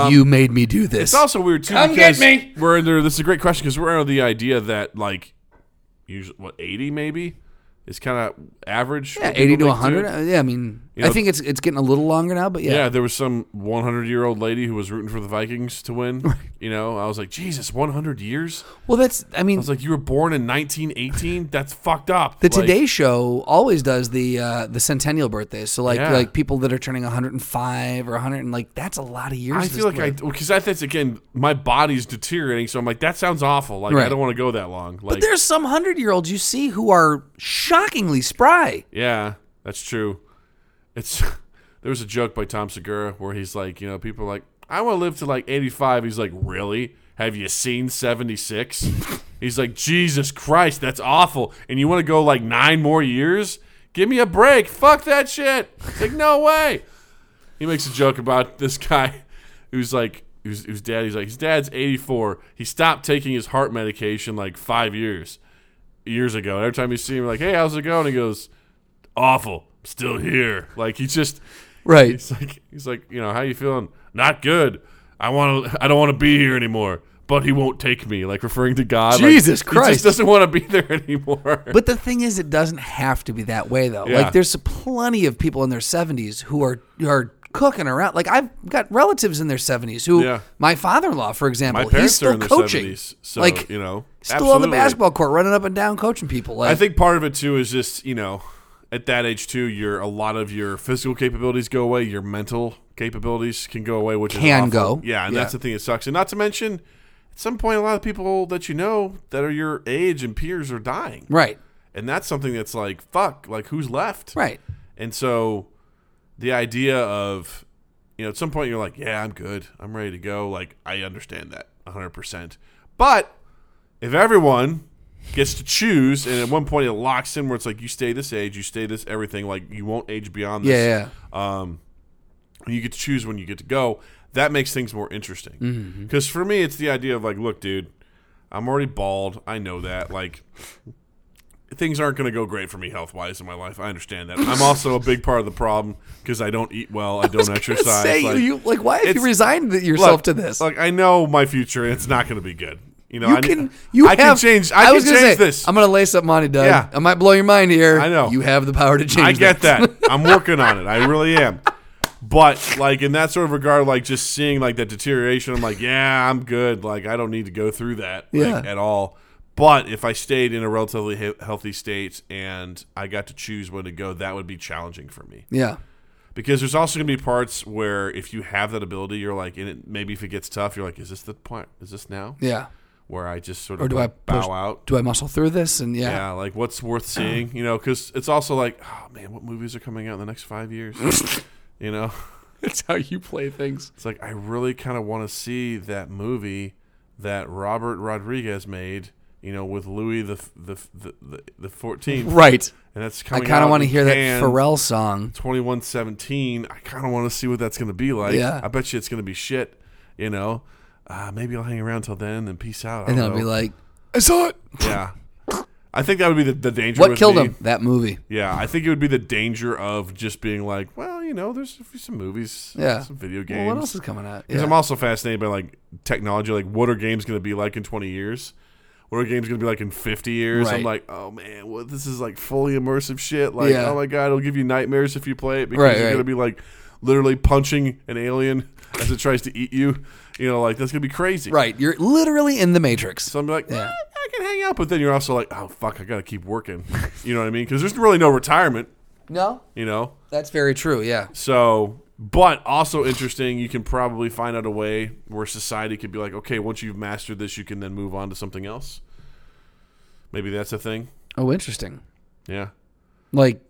Speaker 1: you made me do this.
Speaker 2: Um, It's also weird too.
Speaker 1: Come get
Speaker 2: because
Speaker 1: me.
Speaker 2: We're under. This is a great question because we're under the idea that like, usually what eighty maybe is kind of average.
Speaker 1: Yeah,
Speaker 2: what
Speaker 1: eighty
Speaker 2: people
Speaker 1: to
Speaker 2: think
Speaker 1: hundred.
Speaker 2: do.
Speaker 1: Yeah, I mean,
Speaker 2: know-
Speaker 1: I think it's it's getting a little longer now, but yeah,
Speaker 2: Yeah. there was some one hundred year old lady who was rooting for the Vikings to win. you know, I was like, Jesus, one hundred years.
Speaker 1: Well, that's I mean,
Speaker 2: I was like, you were born in nineteen eighteen. That's fucked up.
Speaker 1: the
Speaker 2: Like,
Speaker 1: Today Show always does the uh, the centennial birthdays. So like
Speaker 2: Yeah.
Speaker 1: like people that are turning one hundred and five or hundred and like that's a lot of years.
Speaker 2: I feel like I because I think again my body's deteriorating, so I'm like that sounds awful. Like I
Speaker 1: Right.
Speaker 2: don't want to go that long. Like
Speaker 1: There's some hundred year olds you see who are shockingly spry.
Speaker 2: Yeah, that's true. It's there was a joke by Tom Segura where he's like, you know, people are like, I want to live to like 85. He's like, really? Have you seen 76? he's like, Jesus Christ, that's awful. And you want to go like nine more years? Give me a break. Fuck that shit. It's like, no way. He makes a joke about this guy who's like, whose whose dad, he's like, his dad's 84. He stopped taking his heart medication like five years, years ago. And every time you see him, like, hey, how's it going? He goes, awful. Still here. Like he's just
Speaker 1: Right.
Speaker 2: he's like he's like, you know, how you feeling? Not good. I want to I don't want to be here anymore. But he won't take me, like referring to God. Like,
Speaker 1: Jesus
Speaker 2: He
Speaker 1: Christ.
Speaker 2: just doesn't want to be there anymore.
Speaker 1: But the thing is, it doesn't have to be that way though.
Speaker 2: Yeah.
Speaker 1: Like there's plenty of people in their seventies who are who are cooking around. Like I've got relatives in their seventies who
Speaker 2: Yeah.
Speaker 1: my father in law, for example,
Speaker 2: My parents
Speaker 1: he's still
Speaker 2: are in their
Speaker 1: coaching.
Speaker 2: 70s, so
Speaker 1: like
Speaker 2: you know,
Speaker 1: still on
Speaker 2: absolutely.
Speaker 1: the basketball court, running up and down, coaching people. Like,
Speaker 2: I think part of it too is just you know, at that age too, your a lot of your physical capabilities go away, your mental capabilities can go away, which
Speaker 1: Can
Speaker 2: is awful.
Speaker 1: go.
Speaker 2: Yeah, and
Speaker 1: Yeah.
Speaker 2: that's the thing that sucks. And not to mention, at some point, a lot of people that you know that are your age and peers are dying,
Speaker 1: right,
Speaker 2: and that's something that's like fuck, like who's left,
Speaker 1: right,
Speaker 2: And so, the idea of you know, at some point you're like, yeah, I'm good, I'm ready to go. Like I understand that 100, percent but if everyone gets to choose and at one point it locks in where it's like you stay this age you stay this everything like you won't age beyond this
Speaker 1: yeah, yeah.
Speaker 2: um, and you get to choose when you get to go. That makes things more interesting.
Speaker 1: Mm-hmm.
Speaker 2: Because for me, it's the idea of like, look, dude, I'm already bald. I know that. Like, things aren't going to go great for me health wise in my life. I understand that. I'm also a big part of the problem because I don't eat well. I, don't exercise.
Speaker 1: Say
Speaker 2: like,
Speaker 1: you, you like why have you
Speaker 2: it's-
Speaker 1: resigned th-
Speaker 2: look,
Speaker 1: yourself to this?
Speaker 2: Like, I know my future, and it's not going to be good. You know,
Speaker 1: you
Speaker 2: I,
Speaker 1: can you
Speaker 2: I
Speaker 1: have
Speaker 2: can change. I,
Speaker 1: was
Speaker 2: can
Speaker 1: gonna
Speaker 2: change
Speaker 1: say,
Speaker 2: this.
Speaker 1: I'm gonna lace up money, Doug.
Speaker 2: Yeah.
Speaker 1: I might blow your mind here.
Speaker 2: I know.
Speaker 1: you have the power to change.
Speaker 2: I get
Speaker 1: this.
Speaker 2: that. I'm working on it. I really am. But like in that sort of regard, like just seeing like that deterioration, I'm like, yeah, I'm good. Like I don't need to go through that like,
Speaker 1: Yeah.
Speaker 2: at all. But if I stayed in a relatively he- healthy state and I got to choose when to go, that would be challenging for me
Speaker 1: Yeah,
Speaker 2: because there's also going to be parts where if you have that ability, you're like, and it, maybe if it gets tough, you're like, is this the point? Is this now?
Speaker 1: yeah.
Speaker 2: where I just sort of
Speaker 1: Or do I
Speaker 2: like bow
Speaker 1: push-
Speaker 2: out.
Speaker 1: Do I muscle through this? And yeah,
Speaker 2: Yeah, like what's worth seeing, you know? Because it's also like, oh man, what movies are coming out in the next five years? you know,
Speaker 1: that's how you play things.
Speaker 2: it's like I really kind of want to see that movie that Robert Rodriguez made, you know, with Louis the f- the f- the the, the 14th,
Speaker 1: Right.
Speaker 2: and that's
Speaker 1: I
Speaker 2: coming.
Speaker 1: kind of
Speaker 2: want
Speaker 1: want to hear that Pharrell song.
Speaker 2: 2117 i kind of want to see what that's going to be like
Speaker 1: Yeah.
Speaker 2: i bet you it's going to be shit you know uh, maybe i'll hang around till then and peace out I
Speaker 1: And then
Speaker 2: don't
Speaker 1: I'll be
Speaker 2: know.
Speaker 1: like, I saw it.
Speaker 2: yeah i think that would be the, the danger
Speaker 1: What
Speaker 2: with
Speaker 1: killed
Speaker 2: me.
Speaker 1: him? That movie.
Speaker 2: yeah i think it would be the danger of just being like well you know there's a few- some movies
Speaker 1: Yeah.
Speaker 2: some video games
Speaker 1: Well, what else is coming out?
Speaker 2: 'Cause
Speaker 1: Yeah.
Speaker 2: i'm also fascinated by like technology like what are games going to be like in 20 years what are games going to be like in 50 years i'm
Speaker 1: Right.
Speaker 2: like oh man well, this is like fully immersive shit like
Speaker 1: Yeah.
Speaker 2: oh my god it'll give you nightmares if you play it because
Speaker 1: Right,
Speaker 2: you're
Speaker 1: right.
Speaker 2: going to be like literally punching an alien as it tries to eat you you know like that's going to be crazy
Speaker 1: Right. You're literally in the Matrix.
Speaker 2: so i'm like
Speaker 1: Yeah.
Speaker 2: "Eh, i can hang out but then you're also like oh fuck i gotta keep working you know what i mean because there's really no retirement
Speaker 1: no,
Speaker 2: you know
Speaker 1: that's very true. Yeah.
Speaker 2: so, but also interesting, you can probably find out a way where society could be like, okay, once you've mastered this, you can then move on to something else. Maybe that's a thing.
Speaker 1: Oh, interesting.
Speaker 2: Yeah.
Speaker 1: Like,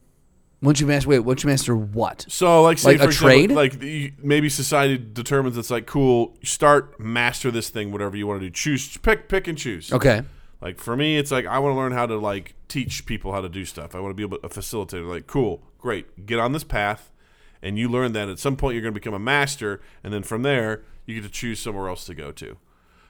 Speaker 1: once you master, wait, once you master what?
Speaker 2: So, like, say
Speaker 1: Like
Speaker 2: for
Speaker 1: a
Speaker 2: example,
Speaker 1: trade?
Speaker 2: like the, maybe society determines it's like, cool, start master this thing, whatever you want to do. Choose, pick, pick and choose.
Speaker 1: Okay.
Speaker 2: Like for me, it's like I want to learn how to like teach people how to do stuff. I want to be able to facilitate. Like, cool, great, get on this path, and you learn that at some point you're going to become a master, and then from there you get to choose somewhere else to go to,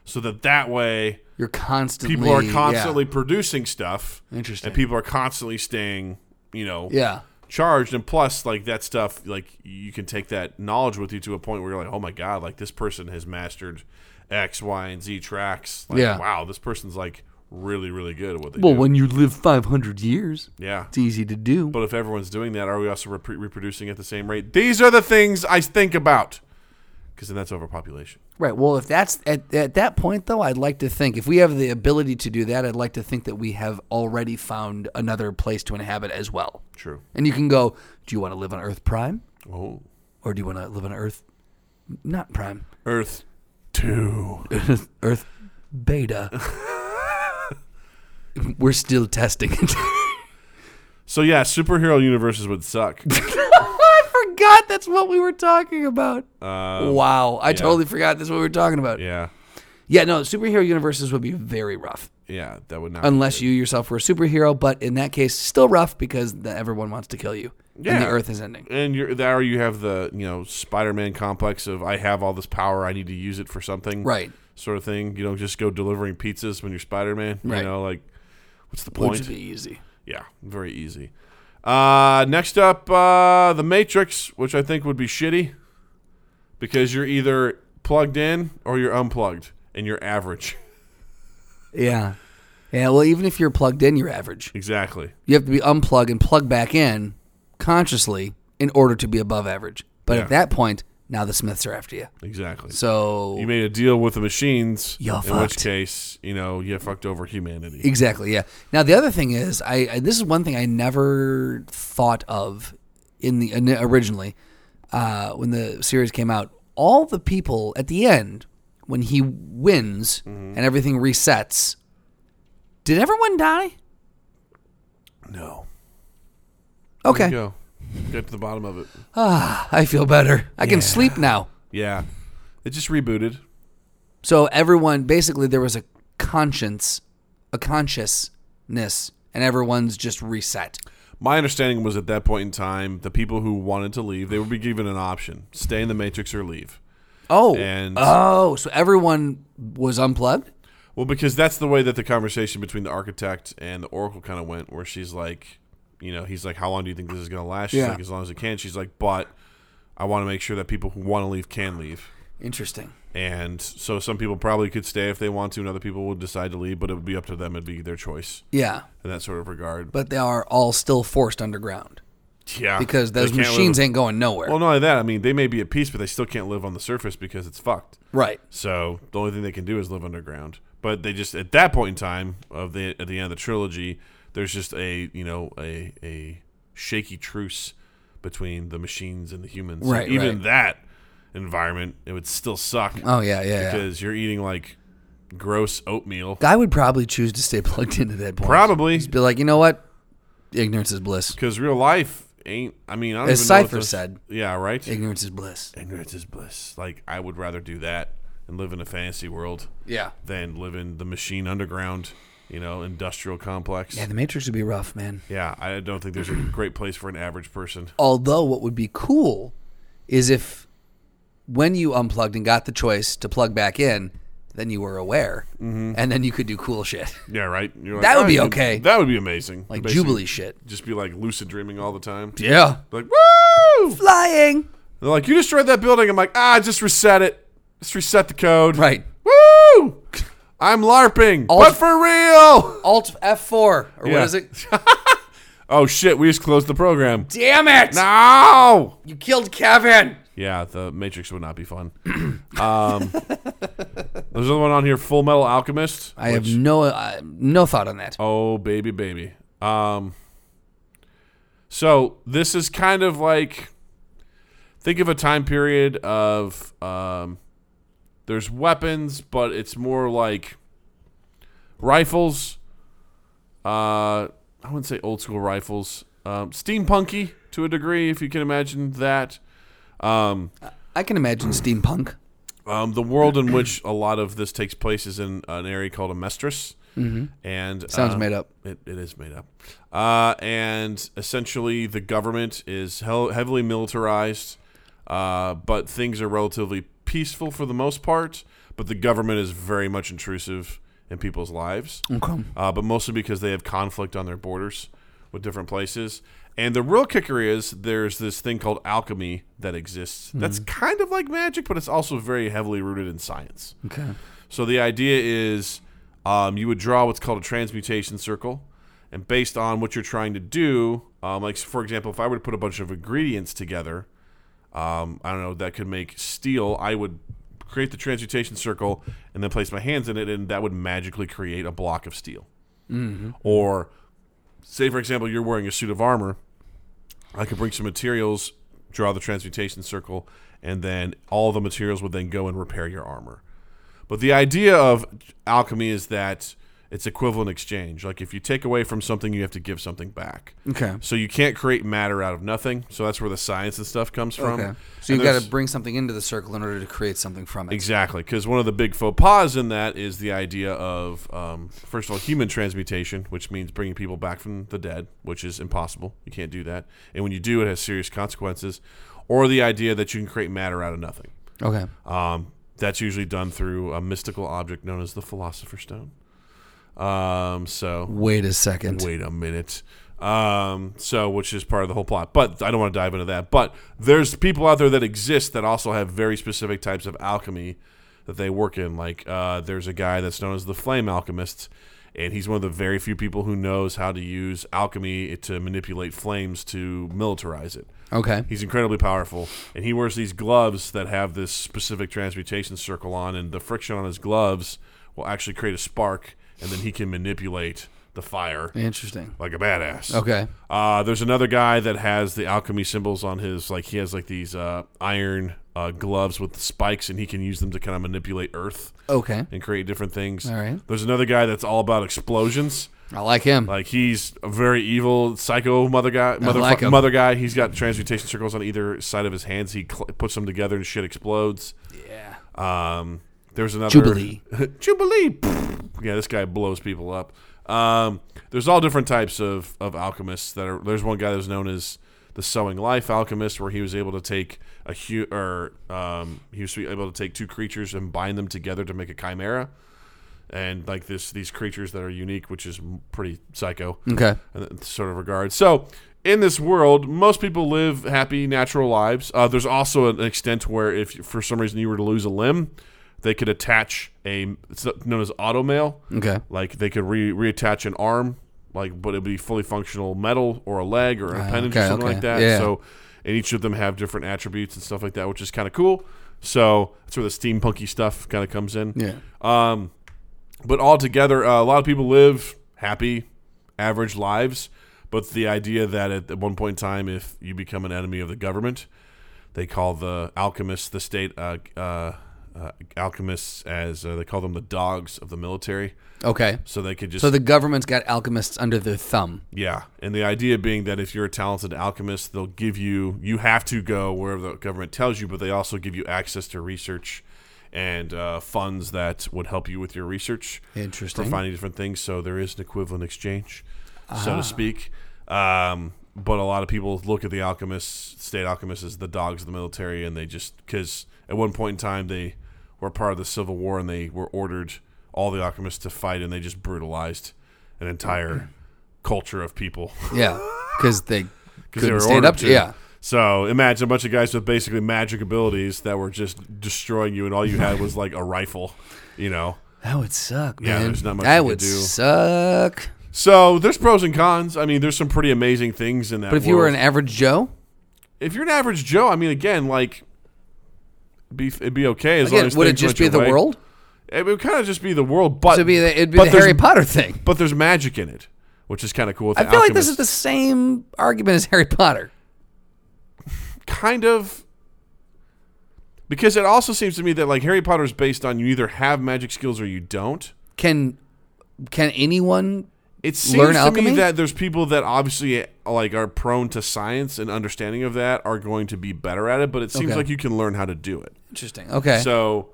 Speaker 2: so that that way
Speaker 1: You're constantly.
Speaker 2: people are
Speaker 1: yeah.
Speaker 2: constantly producing stuff,
Speaker 1: Interesting.
Speaker 2: and people are constantly staying, you know,
Speaker 1: Yeah.
Speaker 2: charged. And plus, like that stuff, like you can take that knowledge with you to a point where you're like, oh my god, like this person has mastered X, Y, and Z tracks. Like,
Speaker 1: Yeah.
Speaker 2: Wow, this person's like really, really good at what they
Speaker 1: Well,
Speaker 2: do.
Speaker 1: when you live 500 years,
Speaker 2: yeah.
Speaker 1: it's easy to do.
Speaker 2: But if everyone's doing that, are we also rep- reproducing at the same rate? These are the things I think about. Because then that's overpopulation.
Speaker 1: Right. Well, if that's at, at that point, though, I'd like to think if we have the ability to do that, I'd like to think that we have already found another place to inhabit as well.
Speaker 2: True.
Speaker 1: And you can go, do you want to live on Earth Prime
Speaker 2: Oh.
Speaker 1: or do you want to live on Earth not Prime,
Speaker 2: Earth 2.
Speaker 1: Earth Beta? We're still testing it.
Speaker 2: So, yeah, superhero universes would suck.
Speaker 1: I forgot that's what we were talking about.
Speaker 2: Uh,
Speaker 1: wow, I totally forgot that's what we were talking about. Yeah,
Speaker 2: yeah.
Speaker 1: no, superhero universes would be very rough.
Speaker 2: Yeah, that would not.
Speaker 1: unless you yourself were a superhero. But in that case, still rough because the, everyone wants to kill you, and
Speaker 2: Yeah.
Speaker 1: the Earth is ending.
Speaker 2: and you're there you have the you know spider-man complex of i have all this power i need to use it for something
Speaker 1: Right.
Speaker 2: sort of thing you don't just go delivering pizzas when you're spider-man you
Speaker 1: Right.
Speaker 2: know like what's the point
Speaker 1: Which would be easy.
Speaker 2: yeah very easy uh next up uh the matrix which i think would be shitty because you're either plugged in or you're unplugged and you're average
Speaker 1: Yeah. Yeah. Well, even if you're plugged in, you're average.
Speaker 2: exactly
Speaker 1: You have to be unplugged and plugged back in consciously in order to be above average. But
Speaker 2: Yeah.
Speaker 1: at that point, now the Smiths are after you.
Speaker 2: exactly
Speaker 1: So
Speaker 2: you made a deal with the machines
Speaker 1: You're
Speaker 2: in which
Speaker 1: fucked.
Speaker 2: case you know you fucked over humanity
Speaker 1: Exactly. Yeah. Now the other thing is, I, I this is one thing I never thought of in the in- originally uh, when the series came out. All the people at the end when he wins and everything resets. Did everyone die?
Speaker 2: no
Speaker 1: Okay,
Speaker 2: There you go. Get to the bottom of it.
Speaker 1: I feel better. I can sleep now.
Speaker 2: Yeah. It just rebooted.
Speaker 1: So everyone basically there was a conscience, a consciousness, and everyone's just reset.
Speaker 2: My understanding was at that point in time, the people who wanted to leave, they would be given an option stay in the Matrix or leave.
Speaker 1: Oh,
Speaker 2: And-
Speaker 1: oh, so everyone was unplugged.
Speaker 2: Well, because that's the way that the conversation between the architect and the Oracle kind of went, where she's like, you know, he's like, how long do you think this is going to last? She's
Speaker 1: Yeah.
Speaker 2: like, as long as it can. She's like, but I want to make sure that people who want to leave can leave.
Speaker 1: Interesting.
Speaker 2: And so some people probably could stay if they want to, and other people would decide to leave, but it would be up to them. It'd be their choice
Speaker 1: Yeah,
Speaker 2: in that sort of regard.
Speaker 1: but they are all still forced underground
Speaker 2: yeah.
Speaker 1: because
Speaker 2: they
Speaker 1: those
Speaker 2: can't live
Speaker 1: machines ain't going nowhere.
Speaker 2: Well, not only that, I mean, they may be at peace, but they still can't live on the surface because it's fucked.
Speaker 1: right.
Speaker 2: So the only thing they can do is live underground. But they just at that point in time of the at the end of the trilogy, there's just a you know a a shaky truce between the machines and the humans. So
Speaker 1: Right,
Speaker 2: even
Speaker 1: right.
Speaker 2: that environment, it would still suck
Speaker 1: Oh yeah, yeah, yeah.
Speaker 2: because you're eating like gross oatmeal.
Speaker 1: I would probably choose to stay plugged into that point.
Speaker 2: Probably
Speaker 1: Just be like, you know what? Ignorance is bliss.
Speaker 2: because real life ain't. I mean, I don't
Speaker 1: As
Speaker 2: even know what
Speaker 1: Cypher
Speaker 2: this-
Speaker 1: said.
Speaker 2: Yeah, right.
Speaker 1: Ignorance is bliss.
Speaker 2: Ignorance is bliss. Like I would rather do that and live in a fantasy world
Speaker 1: Yeah.
Speaker 2: than live in the machine underground, you know, industrial complex.
Speaker 1: Yeah, the Matrix would be rough, man.
Speaker 2: Yeah, I don't think there's a great place for an average person.
Speaker 1: Although what would be cool is if when you unplugged and got the choice to plug back in, then you were aware.
Speaker 2: Mm-hmm.
Speaker 1: And then you could do cool shit.
Speaker 2: Yeah, right. You're like,
Speaker 1: That would
Speaker 2: "Oh,
Speaker 1: be
Speaker 2: you-
Speaker 1: okay."
Speaker 2: That would be amazing.
Speaker 1: Like
Speaker 2: Basically,
Speaker 1: Jubilee shit.
Speaker 2: Just be like lucid dreaming all the time.
Speaker 1: Yeah.
Speaker 2: Like woo!
Speaker 1: Flying.
Speaker 2: They're like, you destroyed that building. I'm like, ah, just reset it. Just reset the code.
Speaker 1: Right.
Speaker 2: Woo! I'm LARPing,
Speaker 1: All-
Speaker 2: but for real.
Speaker 1: Alt F4. Or what
Speaker 2: Yeah.
Speaker 1: is it?
Speaker 2: Oh shit! We just closed the program.
Speaker 1: Damn it!
Speaker 2: No.
Speaker 1: You killed Kevin.
Speaker 2: Yeah, the Matrix would not be fun. um, there's another one on here, Full Metal Alchemist.
Speaker 1: I have no uh, no thought on that.
Speaker 2: Oh, baby, baby. Um, so this is kind of like think of a time period of um, there's weapons, but it's more like rifles. Uh, I wouldn't say old school rifles. Um, steampunky to a degree, if you can imagine that. Um,
Speaker 1: I can imagine steampunk.
Speaker 2: um, the world in which a lot of this takes place is in an area called Amestris, mm-hmm. and
Speaker 1: Sounds
Speaker 2: uh,
Speaker 1: made up.
Speaker 2: it, it is made up. Uh, and essentially, the government is hel- heavily militarized, uh, but things are relatively peaceful for the most part. But the government is very much intrusive in people's lives,
Speaker 1: Okay.
Speaker 2: uh, but mostly because they have conflict on their borders with different places. And the real kicker is there's this thing called alchemy that exists. That's kind of like magic, but it's also very heavily rooted in science.
Speaker 1: Okay.
Speaker 2: So the idea is um, you would draw what's called a transmutation circle, and based on what you're trying to do, um, like for example, if I were to put a bunch of ingredients together, um, I don't know that could make steel. I would create the transmutation circle and then place my hands in it, and that would magically create a block of steel. Or say, for example, you're wearing a suit of armor. I could bring some materials, draw the transmutation circle, and then all the materials would then go and repair your armor. But the idea of alchemy is that it's equivalent exchange. Like if you take away from something, you have to give something back.
Speaker 1: Okay.
Speaker 2: So you can't create matter out of nothing. So that's where the science and stuff comes from.
Speaker 1: Okay. So
Speaker 2: Um, And
Speaker 1: you've got
Speaker 2: there's-
Speaker 1: to bring something into the circle in order to create something from it.
Speaker 2: Exactly, because one of the big faux pas in that is the idea of, um, first of all, human transmutation, which means bringing people back from the dead, which is impossible. You can't do that, and when you do, it has serious consequences. Or the idea that you can create matter out of nothing.
Speaker 1: Okay.
Speaker 2: Um, that's usually done through a mystical object known as the Philosopher's Stone. Um, so
Speaker 1: Wait a second.
Speaker 2: Wait a minute. Um, so, which is part of the whole plot, but I don't want to dive into that. But there's people out there that exist that also have very specific types of alchemy that they work in. Like, uh, there's a guy that's known as the Flame Alchemist, and he's one of the very few people who knows how to use alchemy to manipulate flames to militarize it.
Speaker 1: Okay.
Speaker 2: He's incredibly powerful, and he wears these gloves that have this specific transmutation circle on, and the friction on his gloves will actually create a spark, and then he can manipulate the fire
Speaker 1: Interesting.
Speaker 2: like a badass.
Speaker 1: Okay.
Speaker 2: Uh, there's another guy that has the alchemy symbols on his, like he has like these uh, iron uh, gloves with spikes, and he can use them to kind of manipulate earth
Speaker 1: Okay.
Speaker 2: and create different things.
Speaker 1: All right.
Speaker 2: There's another guy that's all about explosions.
Speaker 1: I like him.
Speaker 2: Like he's a very evil psycho mother guy. Mother,
Speaker 1: like him.
Speaker 2: mother guy. He's got transmutation circles on either side of his hands. He cl- puts them together and shit explodes.
Speaker 1: yeah.
Speaker 2: Um, there's another
Speaker 1: Jubilee.
Speaker 2: Jubilee. yeah, this guy blows people up. Um, there's all different types of, of alchemists that are. There's one guy that was known as the Sowing Life Alchemist, where he was able to take a hu- or um, he was able to take two creatures and bind them together to make a chimera, and like this these creatures that are unique, which is m- pretty psycho
Speaker 1: Okay.
Speaker 2: in that sort of regard. So, in this world, most people live happy, natural lives. Uh, there's also an extent where, if for some reason you were to lose a limb, they could attach a it's known as automail.
Speaker 1: Okay.
Speaker 2: Like they could re- reattach an arm, like but it'd be fully functional metal or a leg or an appendage or
Speaker 1: Ah, okay,
Speaker 2: something
Speaker 1: okay.
Speaker 2: like that.
Speaker 1: Yeah.
Speaker 2: So, and each of them have different attributes and stuff like that, which is kind of cool. So that's where the steampunky stuff kind of comes in.
Speaker 1: Yeah.
Speaker 2: Um, but altogether, uh, a lot of people live happy, average lives. But the idea that at at one point in time, if you become an enemy of the government, they call the alchemists the state uh, uh, uh, alchemists as uh, they call them the dogs of the military.
Speaker 1: Okay.
Speaker 2: So they could just
Speaker 1: So the government's got alchemists under their thumb.
Speaker 2: yeah, and the idea being that if you're a talented alchemist, they'll give you you have to go wherever the government tells you, but they also give you access to research and uh, funds that would help you with your research for
Speaker 1: Interesting.
Speaker 2: finding different things. So there is an equivalent exchange,
Speaker 1: Ah.
Speaker 2: so to speak. Um, but a lot of people look at the alchemists, state alchemists, as the dogs of the military, and they just because at one point in time they were part of the Civil War and they were ordered all the alchemists to fight, and they just brutalized an entire culture of people
Speaker 1: Yeah. Because they
Speaker 2: because they were
Speaker 1: couldn't stand up
Speaker 2: ordered
Speaker 1: to. Yeah.
Speaker 2: So imagine a bunch of guys with basically magic abilities that were just destroying you, and all you had was like a rifle, you know.
Speaker 1: That would suck, man.
Speaker 2: Yeah, there's not much
Speaker 1: that
Speaker 2: you could
Speaker 1: would
Speaker 2: do.
Speaker 1: suck.
Speaker 2: So there's pros and cons. I mean, there's some pretty amazing things in that.
Speaker 1: But if you were
Speaker 2: world.
Speaker 1: an average Joe,
Speaker 2: if you're an average Joe, I mean, again, like, be, it'd be okay as long
Speaker 1: again,
Speaker 2: as
Speaker 1: would it
Speaker 2: things
Speaker 1: just
Speaker 2: went
Speaker 1: be
Speaker 2: your
Speaker 1: the
Speaker 2: way.
Speaker 1: world?
Speaker 2: It would kind of just be the world, but
Speaker 1: So it'd be the, it'd be
Speaker 2: but
Speaker 1: the
Speaker 2: there's-
Speaker 1: Harry Potter thing.
Speaker 2: But there's magic in it, which is kind of cool. With
Speaker 1: I
Speaker 2: the
Speaker 1: feel like this
Speaker 2: alchemists.
Speaker 1: is the same argument as Harry Potter.
Speaker 2: kind of because it also seems to me that like Harry Potter's based on you either have magic skills or you don't.
Speaker 1: Can can anyone?
Speaker 2: It seems
Speaker 1: Learn
Speaker 2: to
Speaker 1: alchemy?
Speaker 2: me that there's people that obviously like are prone to science and understanding of that are going to be better at it, but it seems
Speaker 1: Okay. Eh.
Speaker 2: like you can learn how to do it.
Speaker 1: Interesting. Okay.
Speaker 2: So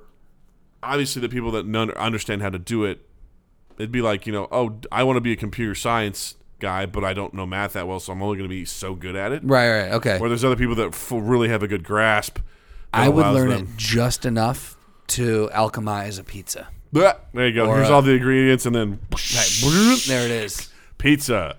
Speaker 2: obviously the people that none understand how to do it, it'd be like, you know, oh, I want to be a computer science guy, but I don't know math that well, so I'm only going to be so good at it.
Speaker 1: right. Right. Okay.
Speaker 2: Or there's other people that f- really have a good grasp. that
Speaker 1: I would
Speaker 2: allows
Speaker 1: learn
Speaker 2: them-
Speaker 1: it just enough to alchemize a pizza.
Speaker 2: Blech. There you go.
Speaker 1: Or,
Speaker 2: Here's
Speaker 1: uh,
Speaker 2: all the ingredients, and then
Speaker 1: There it is.
Speaker 2: pizza.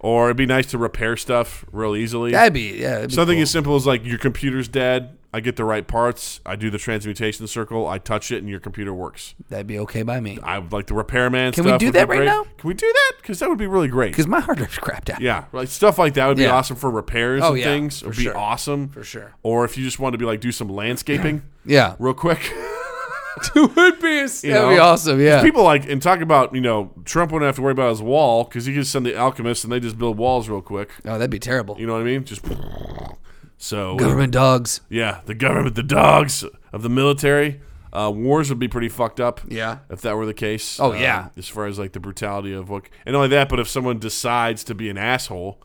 Speaker 2: Or it'd be nice to repair stuff real easily.
Speaker 1: That'd be yeah. that'd be
Speaker 2: Something
Speaker 1: cool.
Speaker 2: as simple as like your computer's dead. I get the right parts. I do the transmutation circle. I touch it, and your computer works.
Speaker 1: that'd be okay by me
Speaker 2: I would like the repairman.
Speaker 1: Can we
Speaker 2: stuff
Speaker 1: do
Speaker 2: would be
Speaker 1: that right
Speaker 2: great.
Speaker 1: now?
Speaker 2: Can we do that? Because that would be really great.
Speaker 1: because my hard drive's crapped out.
Speaker 2: Yeah, like stuff like that would be
Speaker 1: Yeah.
Speaker 2: awesome for repairs
Speaker 1: Oh,
Speaker 2: and
Speaker 1: yeah,
Speaker 2: things.
Speaker 1: for
Speaker 2: It'd be
Speaker 1: sure.
Speaker 2: awesome for
Speaker 1: sure.
Speaker 2: Or if you just wanted to be like do some landscaping
Speaker 1: Yeah,
Speaker 2: real quick.
Speaker 1: it would be. That'd be
Speaker 2: know?
Speaker 1: awesome. Yeah,
Speaker 2: people like and talk about you know Trump wouldn't have to worry about his wall because he could send the alchemists and they just build walls real quick.
Speaker 1: oh, that'd be terrible.
Speaker 2: You know what I mean? Just so
Speaker 1: Government dogs.
Speaker 2: yeah, the government, the dogs of the military. Uh, wars would be pretty fucked up.
Speaker 1: Yeah.
Speaker 2: if that were the case.
Speaker 1: Oh,
Speaker 2: Um,
Speaker 1: yeah.
Speaker 2: as far as like the brutality of what, and not only that, but if someone decides to be an asshole,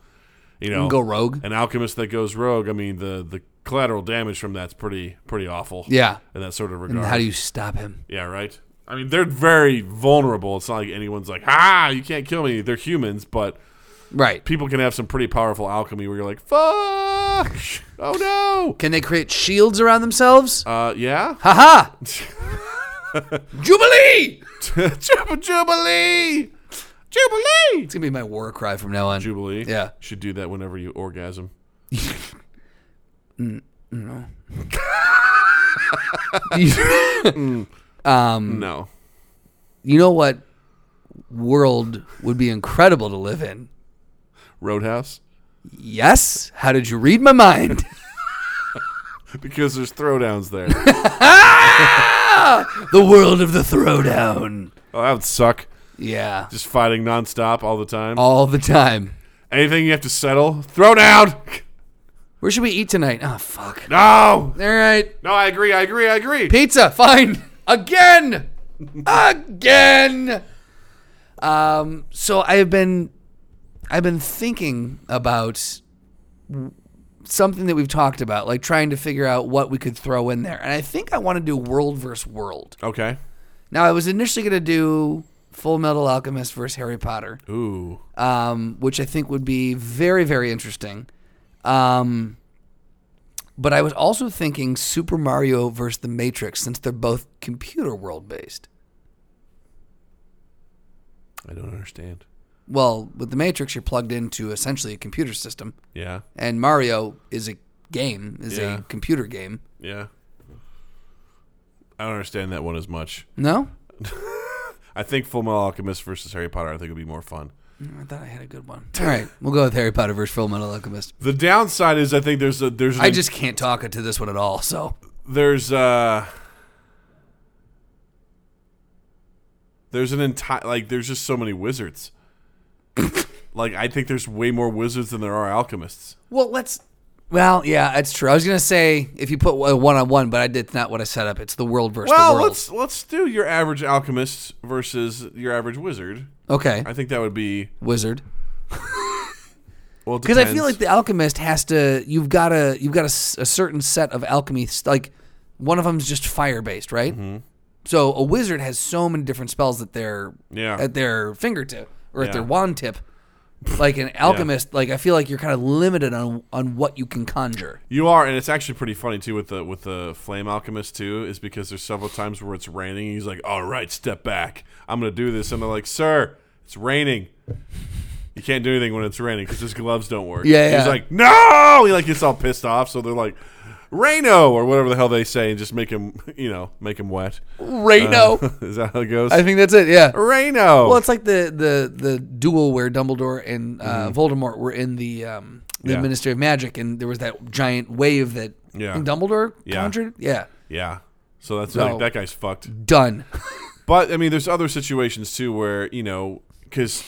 Speaker 2: you know,
Speaker 1: Go rogue.
Speaker 2: an alchemist that goes rogue. I mean, the the collateral damage from that's pretty pretty awful.
Speaker 1: Yeah.
Speaker 2: in that sort of regard.
Speaker 1: How do you stop him?
Speaker 2: Yeah, right. I mean, they're very vulnerable. It's not like anyone's like, ah, you can't kill me. They're humans, but
Speaker 1: Right.
Speaker 2: people can have some pretty powerful alchemy where you're like, fuck, oh no.
Speaker 1: Can they create shields around themselves?
Speaker 2: Uh, yeah.
Speaker 1: Haha! Jubilee!
Speaker 2: Jub- Jubilee! Jubilee!
Speaker 1: It's gonna be my war cry from now on.
Speaker 2: Jubilee.
Speaker 1: Yeah.
Speaker 2: Should do that whenever you orgasm.
Speaker 1: Mm.
Speaker 2: No.
Speaker 1: you know what world would be incredible to live in?
Speaker 2: Roadhouse?
Speaker 1: Yes? How did you read my mind?
Speaker 2: Because there's throwdowns there.
Speaker 1: the world of the throwdown.
Speaker 2: oh, that would suck.
Speaker 1: Yeah.
Speaker 2: Just fighting nonstop all the time.
Speaker 1: All the time.
Speaker 2: Anything you have to settle, throwdown!
Speaker 1: Where should we eat tonight? Oh, fuck.
Speaker 2: No!
Speaker 1: All right.
Speaker 2: No, I agree. I agree. I agree.
Speaker 1: Pizza, fine. Again. Again. Um, so I have been I've been thinking about something that we've talked about, like trying to figure out what we could throw in there. And I think I want to do world versus world.
Speaker 2: Okay.
Speaker 1: Now I was initially going to do Full Metal Alchemist versus Harry Potter,
Speaker 2: Ooh.
Speaker 1: um, which I think would be very very interesting. Um, but I was also thinking Super Mario versus The Matrix, since they're both computer world based.
Speaker 2: I don't understand.
Speaker 1: Well, with The Matrix, you're plugged into essentially a computer system,
Speaker 2: Yeah.
Speaker 1: and Mario is a game, is
Speaker 2: Yeah.
Speaker 1: a computer game.
Speaker 2: Yeah. I don't understand that one as much.
Speaker 1: No,
Speaker 2: I think Full Metal Alchemist versus Harry Potter, I think would be more fun.
Speaker 1: I thought I had a good one. All right, we'll go with Harry Potter versus Full Metal Alchemist.
Speaker 2: The downside is I think there's a there's an,
Speaker 1: I just can't talk to this one at all. So
Speaker 2: there's uh there's an entire like there's just so many wizards. like I think there's way more wizards than there are alchemists.
Speaker 1: Well, let's Well, yeah, it's true. I was gonna say if you put a one on one, but I did it's not what I set up. It's the world versus
Speaker 2: Well,
Speaker 1: the world.
Speaker 2: let's let's do your average alchemist versus your average wizard.
Speaker 1: Okay,
Speaker 2: I think that would be
Speaker 1: wizard.
Speaker 2: well
Speaker 1: Because I feel
Speaker 2: depends.
Speaker 1: like the alchemist has to. You've got to. You've got a, s- a certain set of alchemy. s- Like one of them's just fire based, right?
Speaker 2: Mm-hmm.
Speaker 1: So a wizard has so many different spells that they're
Speaker 2: Yeah.
Speaker 1: at their fingertip or at their
Speaker 2: Yeah.
Speaker 1: wand tip. Like an alchemist, like I feel like you're kind of limited on on what you can conjure.
Speaker 2: You are, and it's actually pretty funny too with the with the flame alchemist too, is because there's several times where it's raining. And he's like, "All right, step back. I'm gonna do this." And they're like, "Sir, it's raining. You can't do anything when it's raining because his gloves don't work."
Speaker 1: Yeah,
Speaker 2: He's
Speaker 1: yeah.
Speaker 2: like, "No!" He like gets all pissed off. So they're like, "Raino" or whatever the hell they say, and just make him, you know, make him wet.
Speaker 1: Rayno,
Speaker 2: is that how it goes?
Speaker 1: Oh. Uh, I think that's it. Yeah.
Speaker 2: Rayno.
Speaker 1: Well, it's like the the the duel where Dumbledore and uh, Voldemort were in the um, the
Speaker 2: Yeah.
Speaker 1: Ministry of Magic, and there was that giant wave that
Speaker 2: Yeah.
Speaker 1: I think Dumbledore
Speaker 2: Yeah.
Speaker 1: conjured. Yeah,
Speaker 2: yeah. So that's
Speaker 1: No.
Speaker 2: like that guy's fucked.
Speaker 1: done.
Speaker 2: But I mean, there's other situations too where you know, because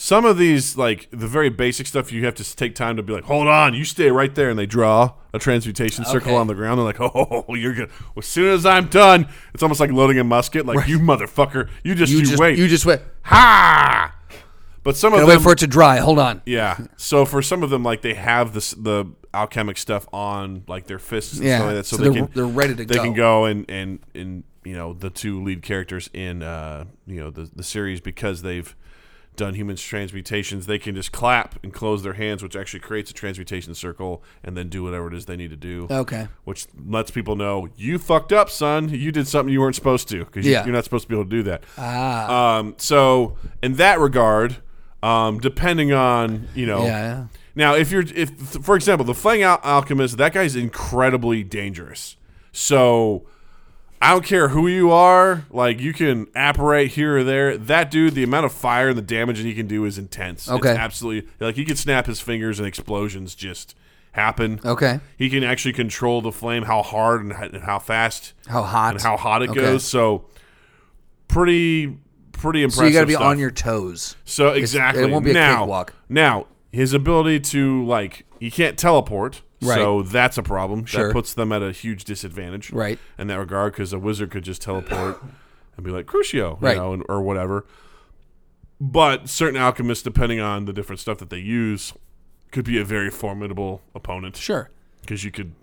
Speaker 2: some of these like the very basic stuff you have to s- take time to be like, hold on, you stay right there, and they draw a transmutation circle
Speaker 1: Okay.
Speaker 2: on the ground. They're like, oh, you're good. As soon as I'm done, it's almost like loading a musket. Like you motherfucker, you just you,
Speaker 1: You just
Speaker 2: wait.
Speaker 1: you just wait.
Speaker 2: ha. But some of
Speaker 1: Gotta
Speaker 2: them,
Speaker 1: wait for it to dry. Hold on.
Speaker 2: yeah. So for some of them, like they have this the alchemic stuff on like their fists and
Speaker 1: Yeah.
Speaker 2: stuff like that, so,
Speaker 1: So
Speaker 2: they
Speaker 1: they're-
Speaker 2: can
Speaker 1: they're ready to
Speaker 2: they
Speaker 1: go.
Speaker 2: can go and and and you know the two lead characters in uh you know the the series because they've done human transmutations they can just clap and close their hands which actually creates a transmutation circle and then do whatever it is they need to do
Speaker 1: Okay.
Speaker 2: which lets people know you fucked up, son. You did something you weren't supposed to because
Speaker 1: Yeah.
Speaker 2: you're not supposed to be able to do that. Ah. Um, so in that regard, um, depending on you know,
Speaker 1: Yeah, yeah.
Speaker 2: Now, if you're if for example the Fang Al- Alchemist, that guy's incredibly dangerous. So I don't care who you are, like you can apparate here or there. That dude, the amount of fire and the damage that he can do is intense. It's
Speaker 1: Okay.
Speaker 2: absolutely like he could snap his fingers and explosions just happen.
Speaker 1: Okay.
Speaker 2: He can actually control the flame, how hard and, h- and how fast
Speaker 1: How hot?
Speaker 2: and how hot it
Speaker 1: Okay.
Speaker 2: goes. So pretty pretty impressive.
Speaker 1: So you got to be
Speaker 2: stuff.
Speaker 1: on your toes.
Speaker 2: So exactly.
Speaker 1: it won't be a
Speaker 2: now,
Speaker 1: cakewalk.
Speaker 2: Now his ability to like he can't teleport. So
Speaker 1: Right.
Speaker 2: that's a problem.
Speaker 1: Sure.
Speaker 2: That puts them at a huge disadvantage,
Speaker 1: Right.
Speaker 2: In that regard, because a wizard could just teleport and be like Crucio,
Speaker 1: Right.
Speaker 2: you know, and, or whatever. But certain alchemists, depending on the different stuff that they use, could be a very formidable opponent
Speaker 1: Sure.
Speaker 2: because you could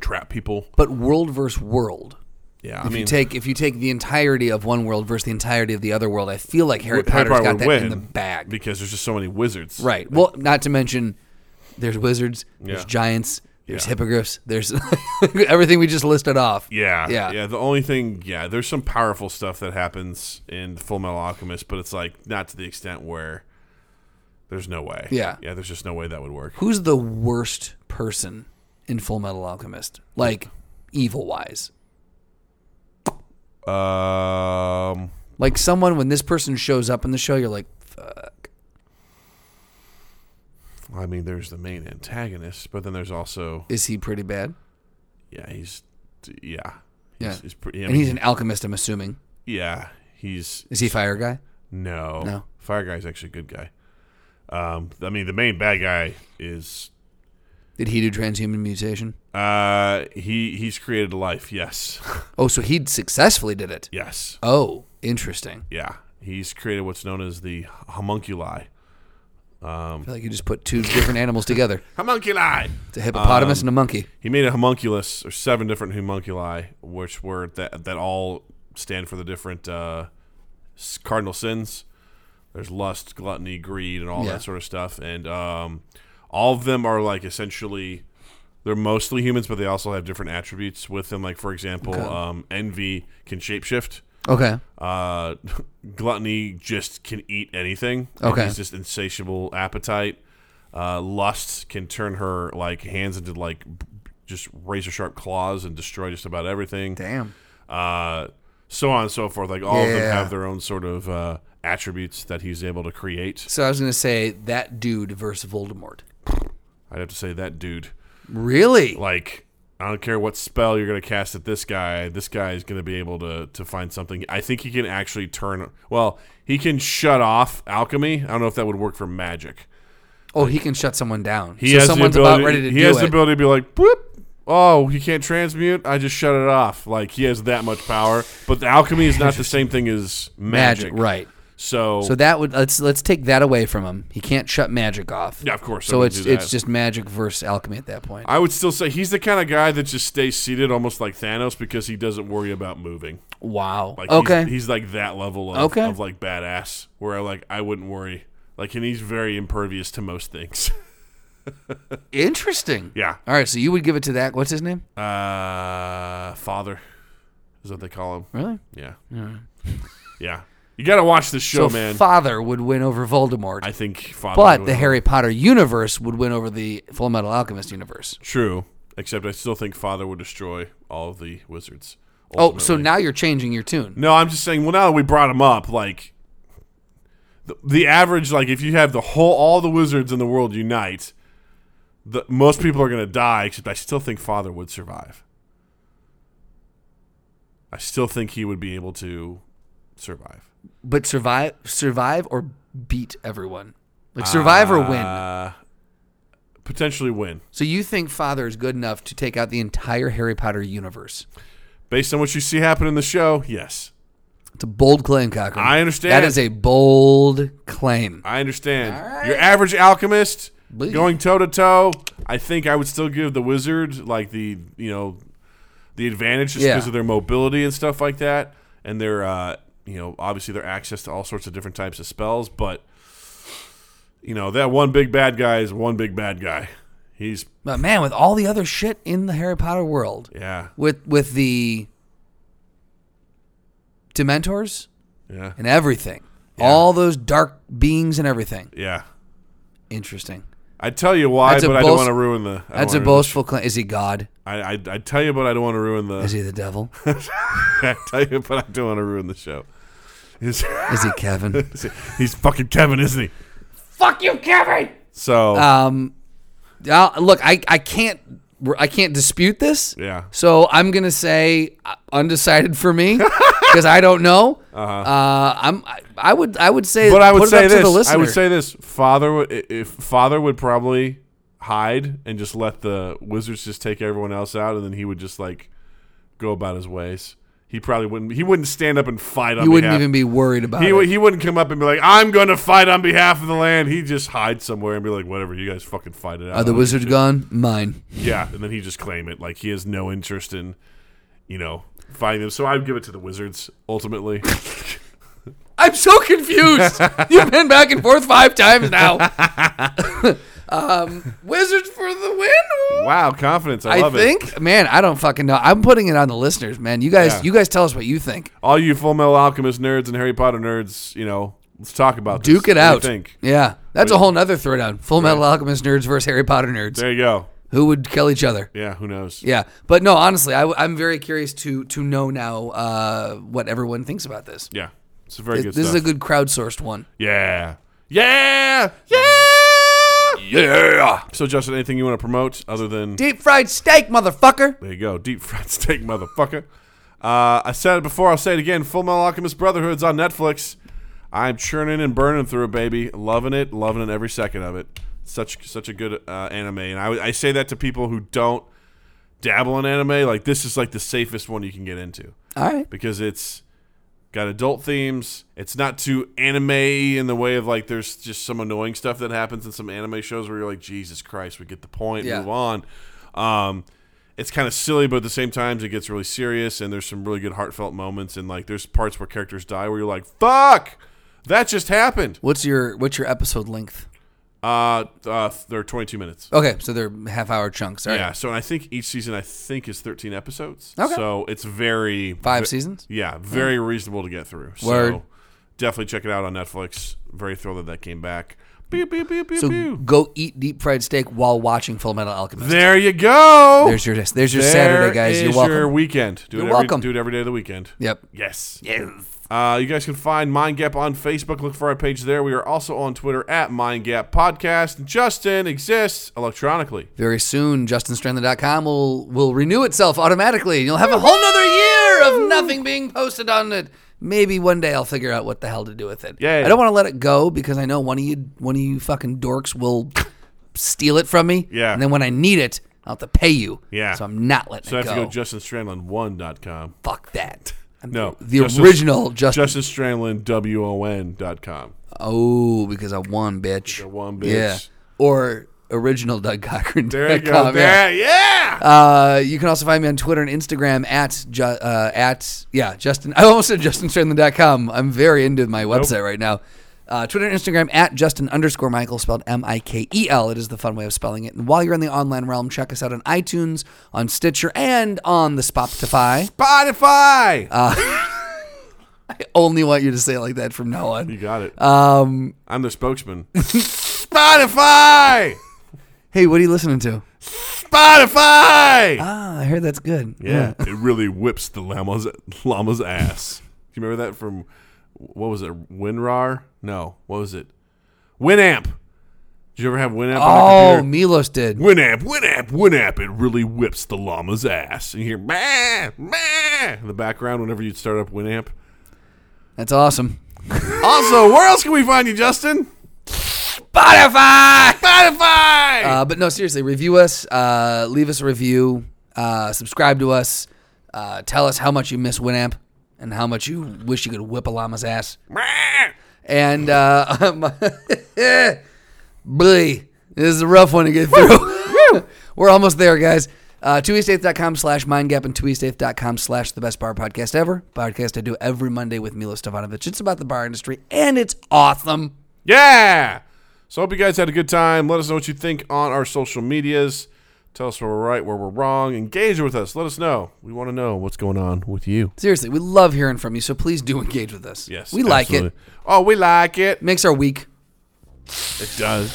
Speaker 2: trap people.
Speaker 1: But world versus world.
Speaker 2: Yeah, I
Speaker 1: If you
Speaker 2: mean,
Speaker 1: take if you take the entirety of one world versus the entirety of the other world, I feel like Harry
Speaker 2: Harry
Speaker 1: Potter's
Speaker 2: Potter
Speaker 1: got
Speaker 2: would
Speaker 1: that
Speaker 2: win
Speaker 1: in the bag.
Speaker 2: because there's just so many wizards.
Speaker 1: Right. Well, not to mention there's wizards, there's
Speaker 2: Yeah.
Speaker 1: giants, there's
Speaker 2: Yeah.
Speaker 1: hippogriffs, there's everything we just listed off.
Speaker 2: Yeah,
Speaker 1: Yeah.
Speaker 2: yeah. The only thing, yeah, there's some powerful stuff that happens in Full Metal Alchemist, but it's like not to the extent where there's no way.
Speaker 1: Yeah.
Speaker 2: yeah. There's just no way that would work.
Speaker 1: Who's the worst person in Full Metal Alchemist? Like evil wise.
Speaker 2: Um,
Speaker 1: Like someone when this person shows up in the show, you're like, fuck.
Speaker 2: I mean, there's the main antagonist, but then there's also
Speaker 1: Is he pretty bad?
Speaker 2: yeah, he's yeah,
Speaker 1: Yeah.
Speaker 2: he's, he's pretty. I
Speaker 1: And
Speaker 2: mean,
Speaker 1: he's an alchemist, I'm assuming.
Speaker 2: yeah, he's
Speaker 1: Is he fire guy?
Speaker 2: no,
Speaker 1: No.
Speaker 2: Fire Guy's actually a good guy. Um, I mean, the main bad guy is
Speaker 1: Did he do transhuman mutation?
Speaker 2: uh he he's created a life. Yes,
Speaker 1: Oh, so he successfully did it.
Speaker 2: yes.
Speaker 1: Oh, interesting.
Speaker 2: Yeah, he's created what's known as the homunculi.
Speaker 1: I feel like you just put two different animals together.
Speaker 2: Homunculi.
Speaker 1: It's a
Speaker 2: Um,
Speaker 1: hippopotamus and a monkey.
Speaker 2: He made a homunculus, or seven different homunculi, which were that that all stand for the different uh, s- cardinal sins. There's lust, gluttony, greed, and all
Speaker 1: Yeah.
Speaker 2: that sort of stuff, and um, all of them are like essentially they're mostly humans, but they also have different attributes with them. Like for example, um, envy can shapeshift.
Speaker 1: Okay.
Speaker 2: Uh, gluttony just can eat anything.
Speaker 1: Okay.
Speaker 2: it's just insatiable appetite. Uh, lust can turn her like hands into like b- just razor sharp claws and destroy just about everything.
Speaker 1: Damn.
Speaker 2: Uh, so on and so forth. Like all of them
Speaker 1: Yeah.
Speaker 2: have their own sort of uh, attributes that he's able to create.
Speaker 1: So I was gonna say that dude versus Voldemort.
Speaker 2: I'd have to say that dude.
Speaker 1: Really?
Speaker 2: Like I don't care what spell you're gonna cast at this guy. This guy is gonna be able to to find something. I think he can actually turn. Well, he can shut off alchemy. I don't know if that would work for magic.
Speaker 1: Oh, he can shut someone down.
Speaker 2: He
Speaker 1: so
Speaker 2: has
Speaker 1: someone's
Speaker 2: the ability,
Speaker 1: about ready to
Speaker 2: He
Speaker 1: do
Speaker 2: has
Speaker 1: it.
Speaker 2: the ability to be like, boop. Oh, he can't transmute. I just shut it off. Like he has that much power. But the alchemy is not the same thing as magic,
Speaker 1: magic, right?
Speaker 2: So,
Speaker 1: So that would let's let's take that away from him. He can't shut magic off.
Speaker 2: yeah, of course. I
Speaker 1: So
Speaker 2: wouldn't
Speaker 1: it's
Speaker 2: do that.
Speaker 1: it's just magic versus alchemy at that point.
Speaker 2: I would still say he's the kind of guy that just stays seated, almost like Thanos, because he doesn't worry about moving.
Speaker 1: wow.
Speaker 2: Like
Speaker 1: okay.
Speaker 2: he's, he's like that level of,
Speaker 1: Okay.
Speaker 2: of like badass, where I like I wouldn't worry. Like, and he's very impervious to most things.
Speaker 1: Interesting.
Speaker 2: yeah.
Speaker 1: All right. So you would give it to that. What's his name?
Speaker 2: Uh, father is what they call him.
Speaker 1: Really?
Speaker 2: Yeah. Yeah. You got to watch this show,
Speaker 1: so
Speaker 2: man.
Speaker 1: father would win over Voldemort,
Speaker 2: I think Father.
Speaker 1: but
Speaker 2: would-
Speaker 1: the Harry Potter universe would win over the Full Metal Alchemist universe.
Speaker 2: True. Except I still think Father would destroy all of the wizards.
Speaker 1: Oh, so
Speaker 2: ultimately.
Speaker 1: now you're changing your tune.
Speaker 2: No, I'm just saying. Well, now that we brought him up, like the, the average, like if you have the whole all the wizards in the world unite, the most people are going to die. Except I still think Father would survive. I still think he would be able to survive.
Speaker 1: But survive, survive, or beat everyone. Like survive or win.
Speaker 2: Uh, potentially win.
Speaker 1: So you think Father is good enough to take out the entire Harry Potter universe?
Speaker 2: Based on what you see happen in the show, yes.
Speaker 1: It's a bold claim, Cocker.
Speaker 2: I understand.
Speaker 1: That is a bold claim.
Speaker 2: I understand.
Speaker 1: right.
Speaker 2: Your average alchemist
Speaker 1: Bleed.
Speaker 2: going toe to toe. I think I would still give the wizard like the you know the advantage just
Speaker 1: Yeah.
Speaker 2: because of their mobility and stuff like that, and their uh, you know obviously their access to all sorts of different types of spells. But you know that one big bad guy is one big bad guy. He's
Speaker 1: But man, with all the other shit in the Harry Potter world,
Speaker 2: yeah
Speaker 1: with with the Dementors
Speaker 2: yeah
Speaker 1: and everything, all those dark beings and everything.
Speaker 2: yeah.
Speaker 1: Interesting.
Speaker 2: I tell you why,
Speaker 1: That's a
Speaker 2: but I don't
Speaker 1: boast-
Speaker 2: want to ruin the. I don't
Speaker 1: That's a
Speaker 2: wanna ruin the
Speaker 1: boastful claim. Is he God?
Speaker 2: I, I I tell you, but I don't want to ruin
Speaker 1: Is
Speaker 2: the.
Speaker 1: he the devil?
Speaker 2: I tell you, but I don't want to ruin the show. He's,
Speaker 1: Is he Kevin?
Speaker 2: he's fucking Kevin, isn't he? Fuck you, Kevin. So
Speaker 1: Um, now, look, I, I can't I can't dispute this.
Speaker 2: yeah,
Speaker 1: So I'm gonna say uh, undecided for me because I don't know. uh I'm I, I would I would say,
Speaker 2: Uh-huh. but I
Speaker 1: put
Speaker 2: would
Speaker 1: it
Speaker 2: say
Speaker 1: up to the
Speaker 2: this.
Speaker 1: listener.
Speaker 2: I would say this. Father would i- if father would probably hide and just let the wizards just take everyone else out, and then he would just like go about his ways. He probably wouldn't. He wouldn't stand up and fight on.
Speaker 1: you wouldn't
Speaker 2: behalf-
Speaker 1: even be worried about
Speaker 2: He,
Speaker 1: it.
Speaker 2: would- he wouldn't come up and be like, "I'm going to fight on behalf of the land." He'd just hide somewhere and be like, "Whatever, you guys fucking fight it out."
Speaker 1: Are the wizards gone? Mine.
Speaker 2: Yeah, and then he just claim it like he has no interest in, you know, fighting them. So I would give it to the wizards ultimately.
Speaker 1: I'm so confused. You've been back and forth five times now. um, wizards for the win.
Speaker 2: wow, confidence! I
Speaker 1: I
Speaker 2: love it.
Speaker 1: think, man, I don't fucking know. I'm putting it on the listeners, man. You guys,
Speaker 2: Yeah.
Speaker 1: you guys, tell us what you think.
Speaker 2: All you Full Metal Alchemist nerds and Harry Potter nerds, you know, let's talk about this.
Speaker 1: Duke it
Speaker 2: What do you
Speaker 1: out.
Speaker 2: think
Speaker 1: Yeah, that's a whole nother throwdown. Full Metal Alchemist nerds versus Harry Potter nerds.
Speaker 2: there you go.
Speaker 1: Who would kill each other?
Speaker 2: Yeah, who knows?
Speaker 1: Yeah, but no, honestly, I, am very curious to to know now uh, what everyone thinks about this.
Speaker 2: Yeah, it's a very good.
Speaker 1: this is
Speaker 2: stuff.
Speaker 1: a good crowdsourced one.
Speaker 2: yeah, yeah, yeah, yeah. So Justin, anything you want to promote other than
Speaker 1: Deep fried steak, motherfucker.
Speaker 2: There you go. Deep fried steak, motherfucker. Uh, I said it before. I'll say it again. Full Metal Alchemist Brotherhood's on Netflix. I'm churning and burning through it, baby. Loving it. Loving it every second of it. Such such a good uh, anime. And I, I say that to people who don't dabble in anime. Like, this is like the safest one you can get into
Speaker 1: All right,
Speaker 2: because it's got adult themes. It's not too anime in the way of like there's just some annoying stuff that happens in some anime shows where you're like, Jesus Christ, we get the point,
Speaker 1: Yeah.
Speaker 2: move on. Um, it's kind of silly, but at the same time, it gets really serious, and there's some really good heartfelt moments, and like there's parts where characters die where you're like, fuck, that just happened.
Speaker 1: what's your what's your episode length?
Speaker 2: Uh, uh they're 22 minutes.
Speaker 1: Okay, so they're half hour chunks. All right,
Speaker 2: Yeah, so and I think each season I think is 13 episodes.
Speaker 1: Okay.
Speaker 2: So it's very
Speaker 1: five seasons.
Speaker 2: Yeah, very reasonable to get through. So
Speaker 1: Word.
Speaker 2: definitely check it out on Netflix. Very thrilled that that came back. Pew, pew, pew, pew,
Speaker 1: So
Speaker 2: pew.
Speaker 1: go eat deep fried steak while watching Full Metal Alchemist.
Speaker 2: There you go.
Speaker 1: there's your there's your
Speaker 2: There
Speaker 1: Saturday, guys. You're
Speaker 2: is
Speaker 1: welcome.
Speaker 2: Your weekend. Do
Speaker 1: You're
Speaker 2: it every,
Speaker 1: welcome.
Speaker 2: Do it every day of the weekend.
Speaker 1: yep.
Speaker 2: Yes. Yes. Uh, you guys can find Mind Gap on Facebook. Look for our page there. We are also on Twitter at Mind Gap Podcast. And Justin exists electronically.
Speaker 1: Very soon, justinstrandler.com will will renew itself automatically. You'll have a whole nother year of nothing being posted on it. maybe one day I'll figure out what the hell to do with it.
Speaker 2: Yeah, yeah.
Speaker 1: I don't want to let it go because I know one of you, one of you fucking dorks will steal it from me.
Speaker 2: Yeah.
Speaker 1: And then when I need it, I'll have to pay you.
Speaker 2: Yeah.
Speaker 1: So I'm not letting
Speaker 2: So I
Speaker 1: it
Speaker 2: have
Speaker 1: go.
Speaker 2: to go justinstrandlon1.com.
Speaker 1: Fuck that. I'm
Speaker 2: No,
Speaker 1: The
Speaker 2: Justin-
Speaker 1: original Justin.
Speaker 2: justinstrandlon.com.
Speaker 1: oh, because I won, bitch. I
Speaker 2: won, bitch.
Speaker 1: Yeah. Or original Doug Cochran.
Speaker 2: There you go. There, yeah.
Speaker 1: Uh, you can also find me on Twitter and Instagram at ju- uh, at yeah Justin. I almost said justinstrandlin.com. I'm very into my website right now. Uh, Twitter and Instagram at Justin underscore Michael spelled M I K E L. It is the fun way of spelling it. And while you're in the online realm, check us out on iTunes, on Stitcher, and on the Spotify.
Speaker 2: Spotify.
Speaker 1: I only want you to say it like that from now on.
Speaker 2: you got it.
Speaker 1: Um,
Speaker 2: I'm the spokesman. Spotify.
Speaker 1: hey, what are you listening to?
Speaker 2: Spotify.
Speaker 1: Ah, I heard that's good.
Speaker 2: yeah, it really whips the llama's llama's ass. Do you remember that from what was it? WinRAR? No, what was it? Winamp. Did you ever have Winamp? on
Speaker 1: Oh,
Speaker 2: your computer?
Speaker 1: Milos did.
Speaker 2: Winamp, Winamp, Winamp, it really whips the llama's ass. And you hear meh, meh in the background whenever you'd start up Winamp.
Speaker 1: That's awesome.
Speaker 2: Also, where else can we find you, Justin?
Speaker 1: Spotify.
Speaker 2: Spotify!
Speaker 1: Uh, but no, seriously, review us, uh, leave us a review, uh, subscribe to us, uh, tell us how much you miss Winamp and how much you wish you could whip a llama's ass.
Speaker 2: Meh.
Speaker 1: And uh, um, boy, this is a rough one to get through. We're almost there, guys. Uh, twoeastaith.com slash mindgap and twoeastaith.com slash the best bar podcast ever. Podcast I do every Monday with Milo Stefanovic. It's about the bar industry, and it's awesome.
Speaker 2: Yeah! So hope you guys had a good time. Let us know what you think on our social medias. Tell us where we're right, where we're wrong. Engage with us. Let us know. We want to know what's going on with you.
Speaker 1: Seriously, we love hearing from you, so please do engage with us.
Speaker 2: Yes.
Speaker 1: We like it.
Speaker 2: absolutely. Oh, we like it.
Speaker 1: Makes our week.
Speaker 2: It does.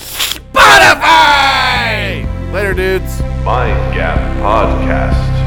Speaker 2: Spotify! Later, dudes.
Speaker 4: Mind Gap Podcast.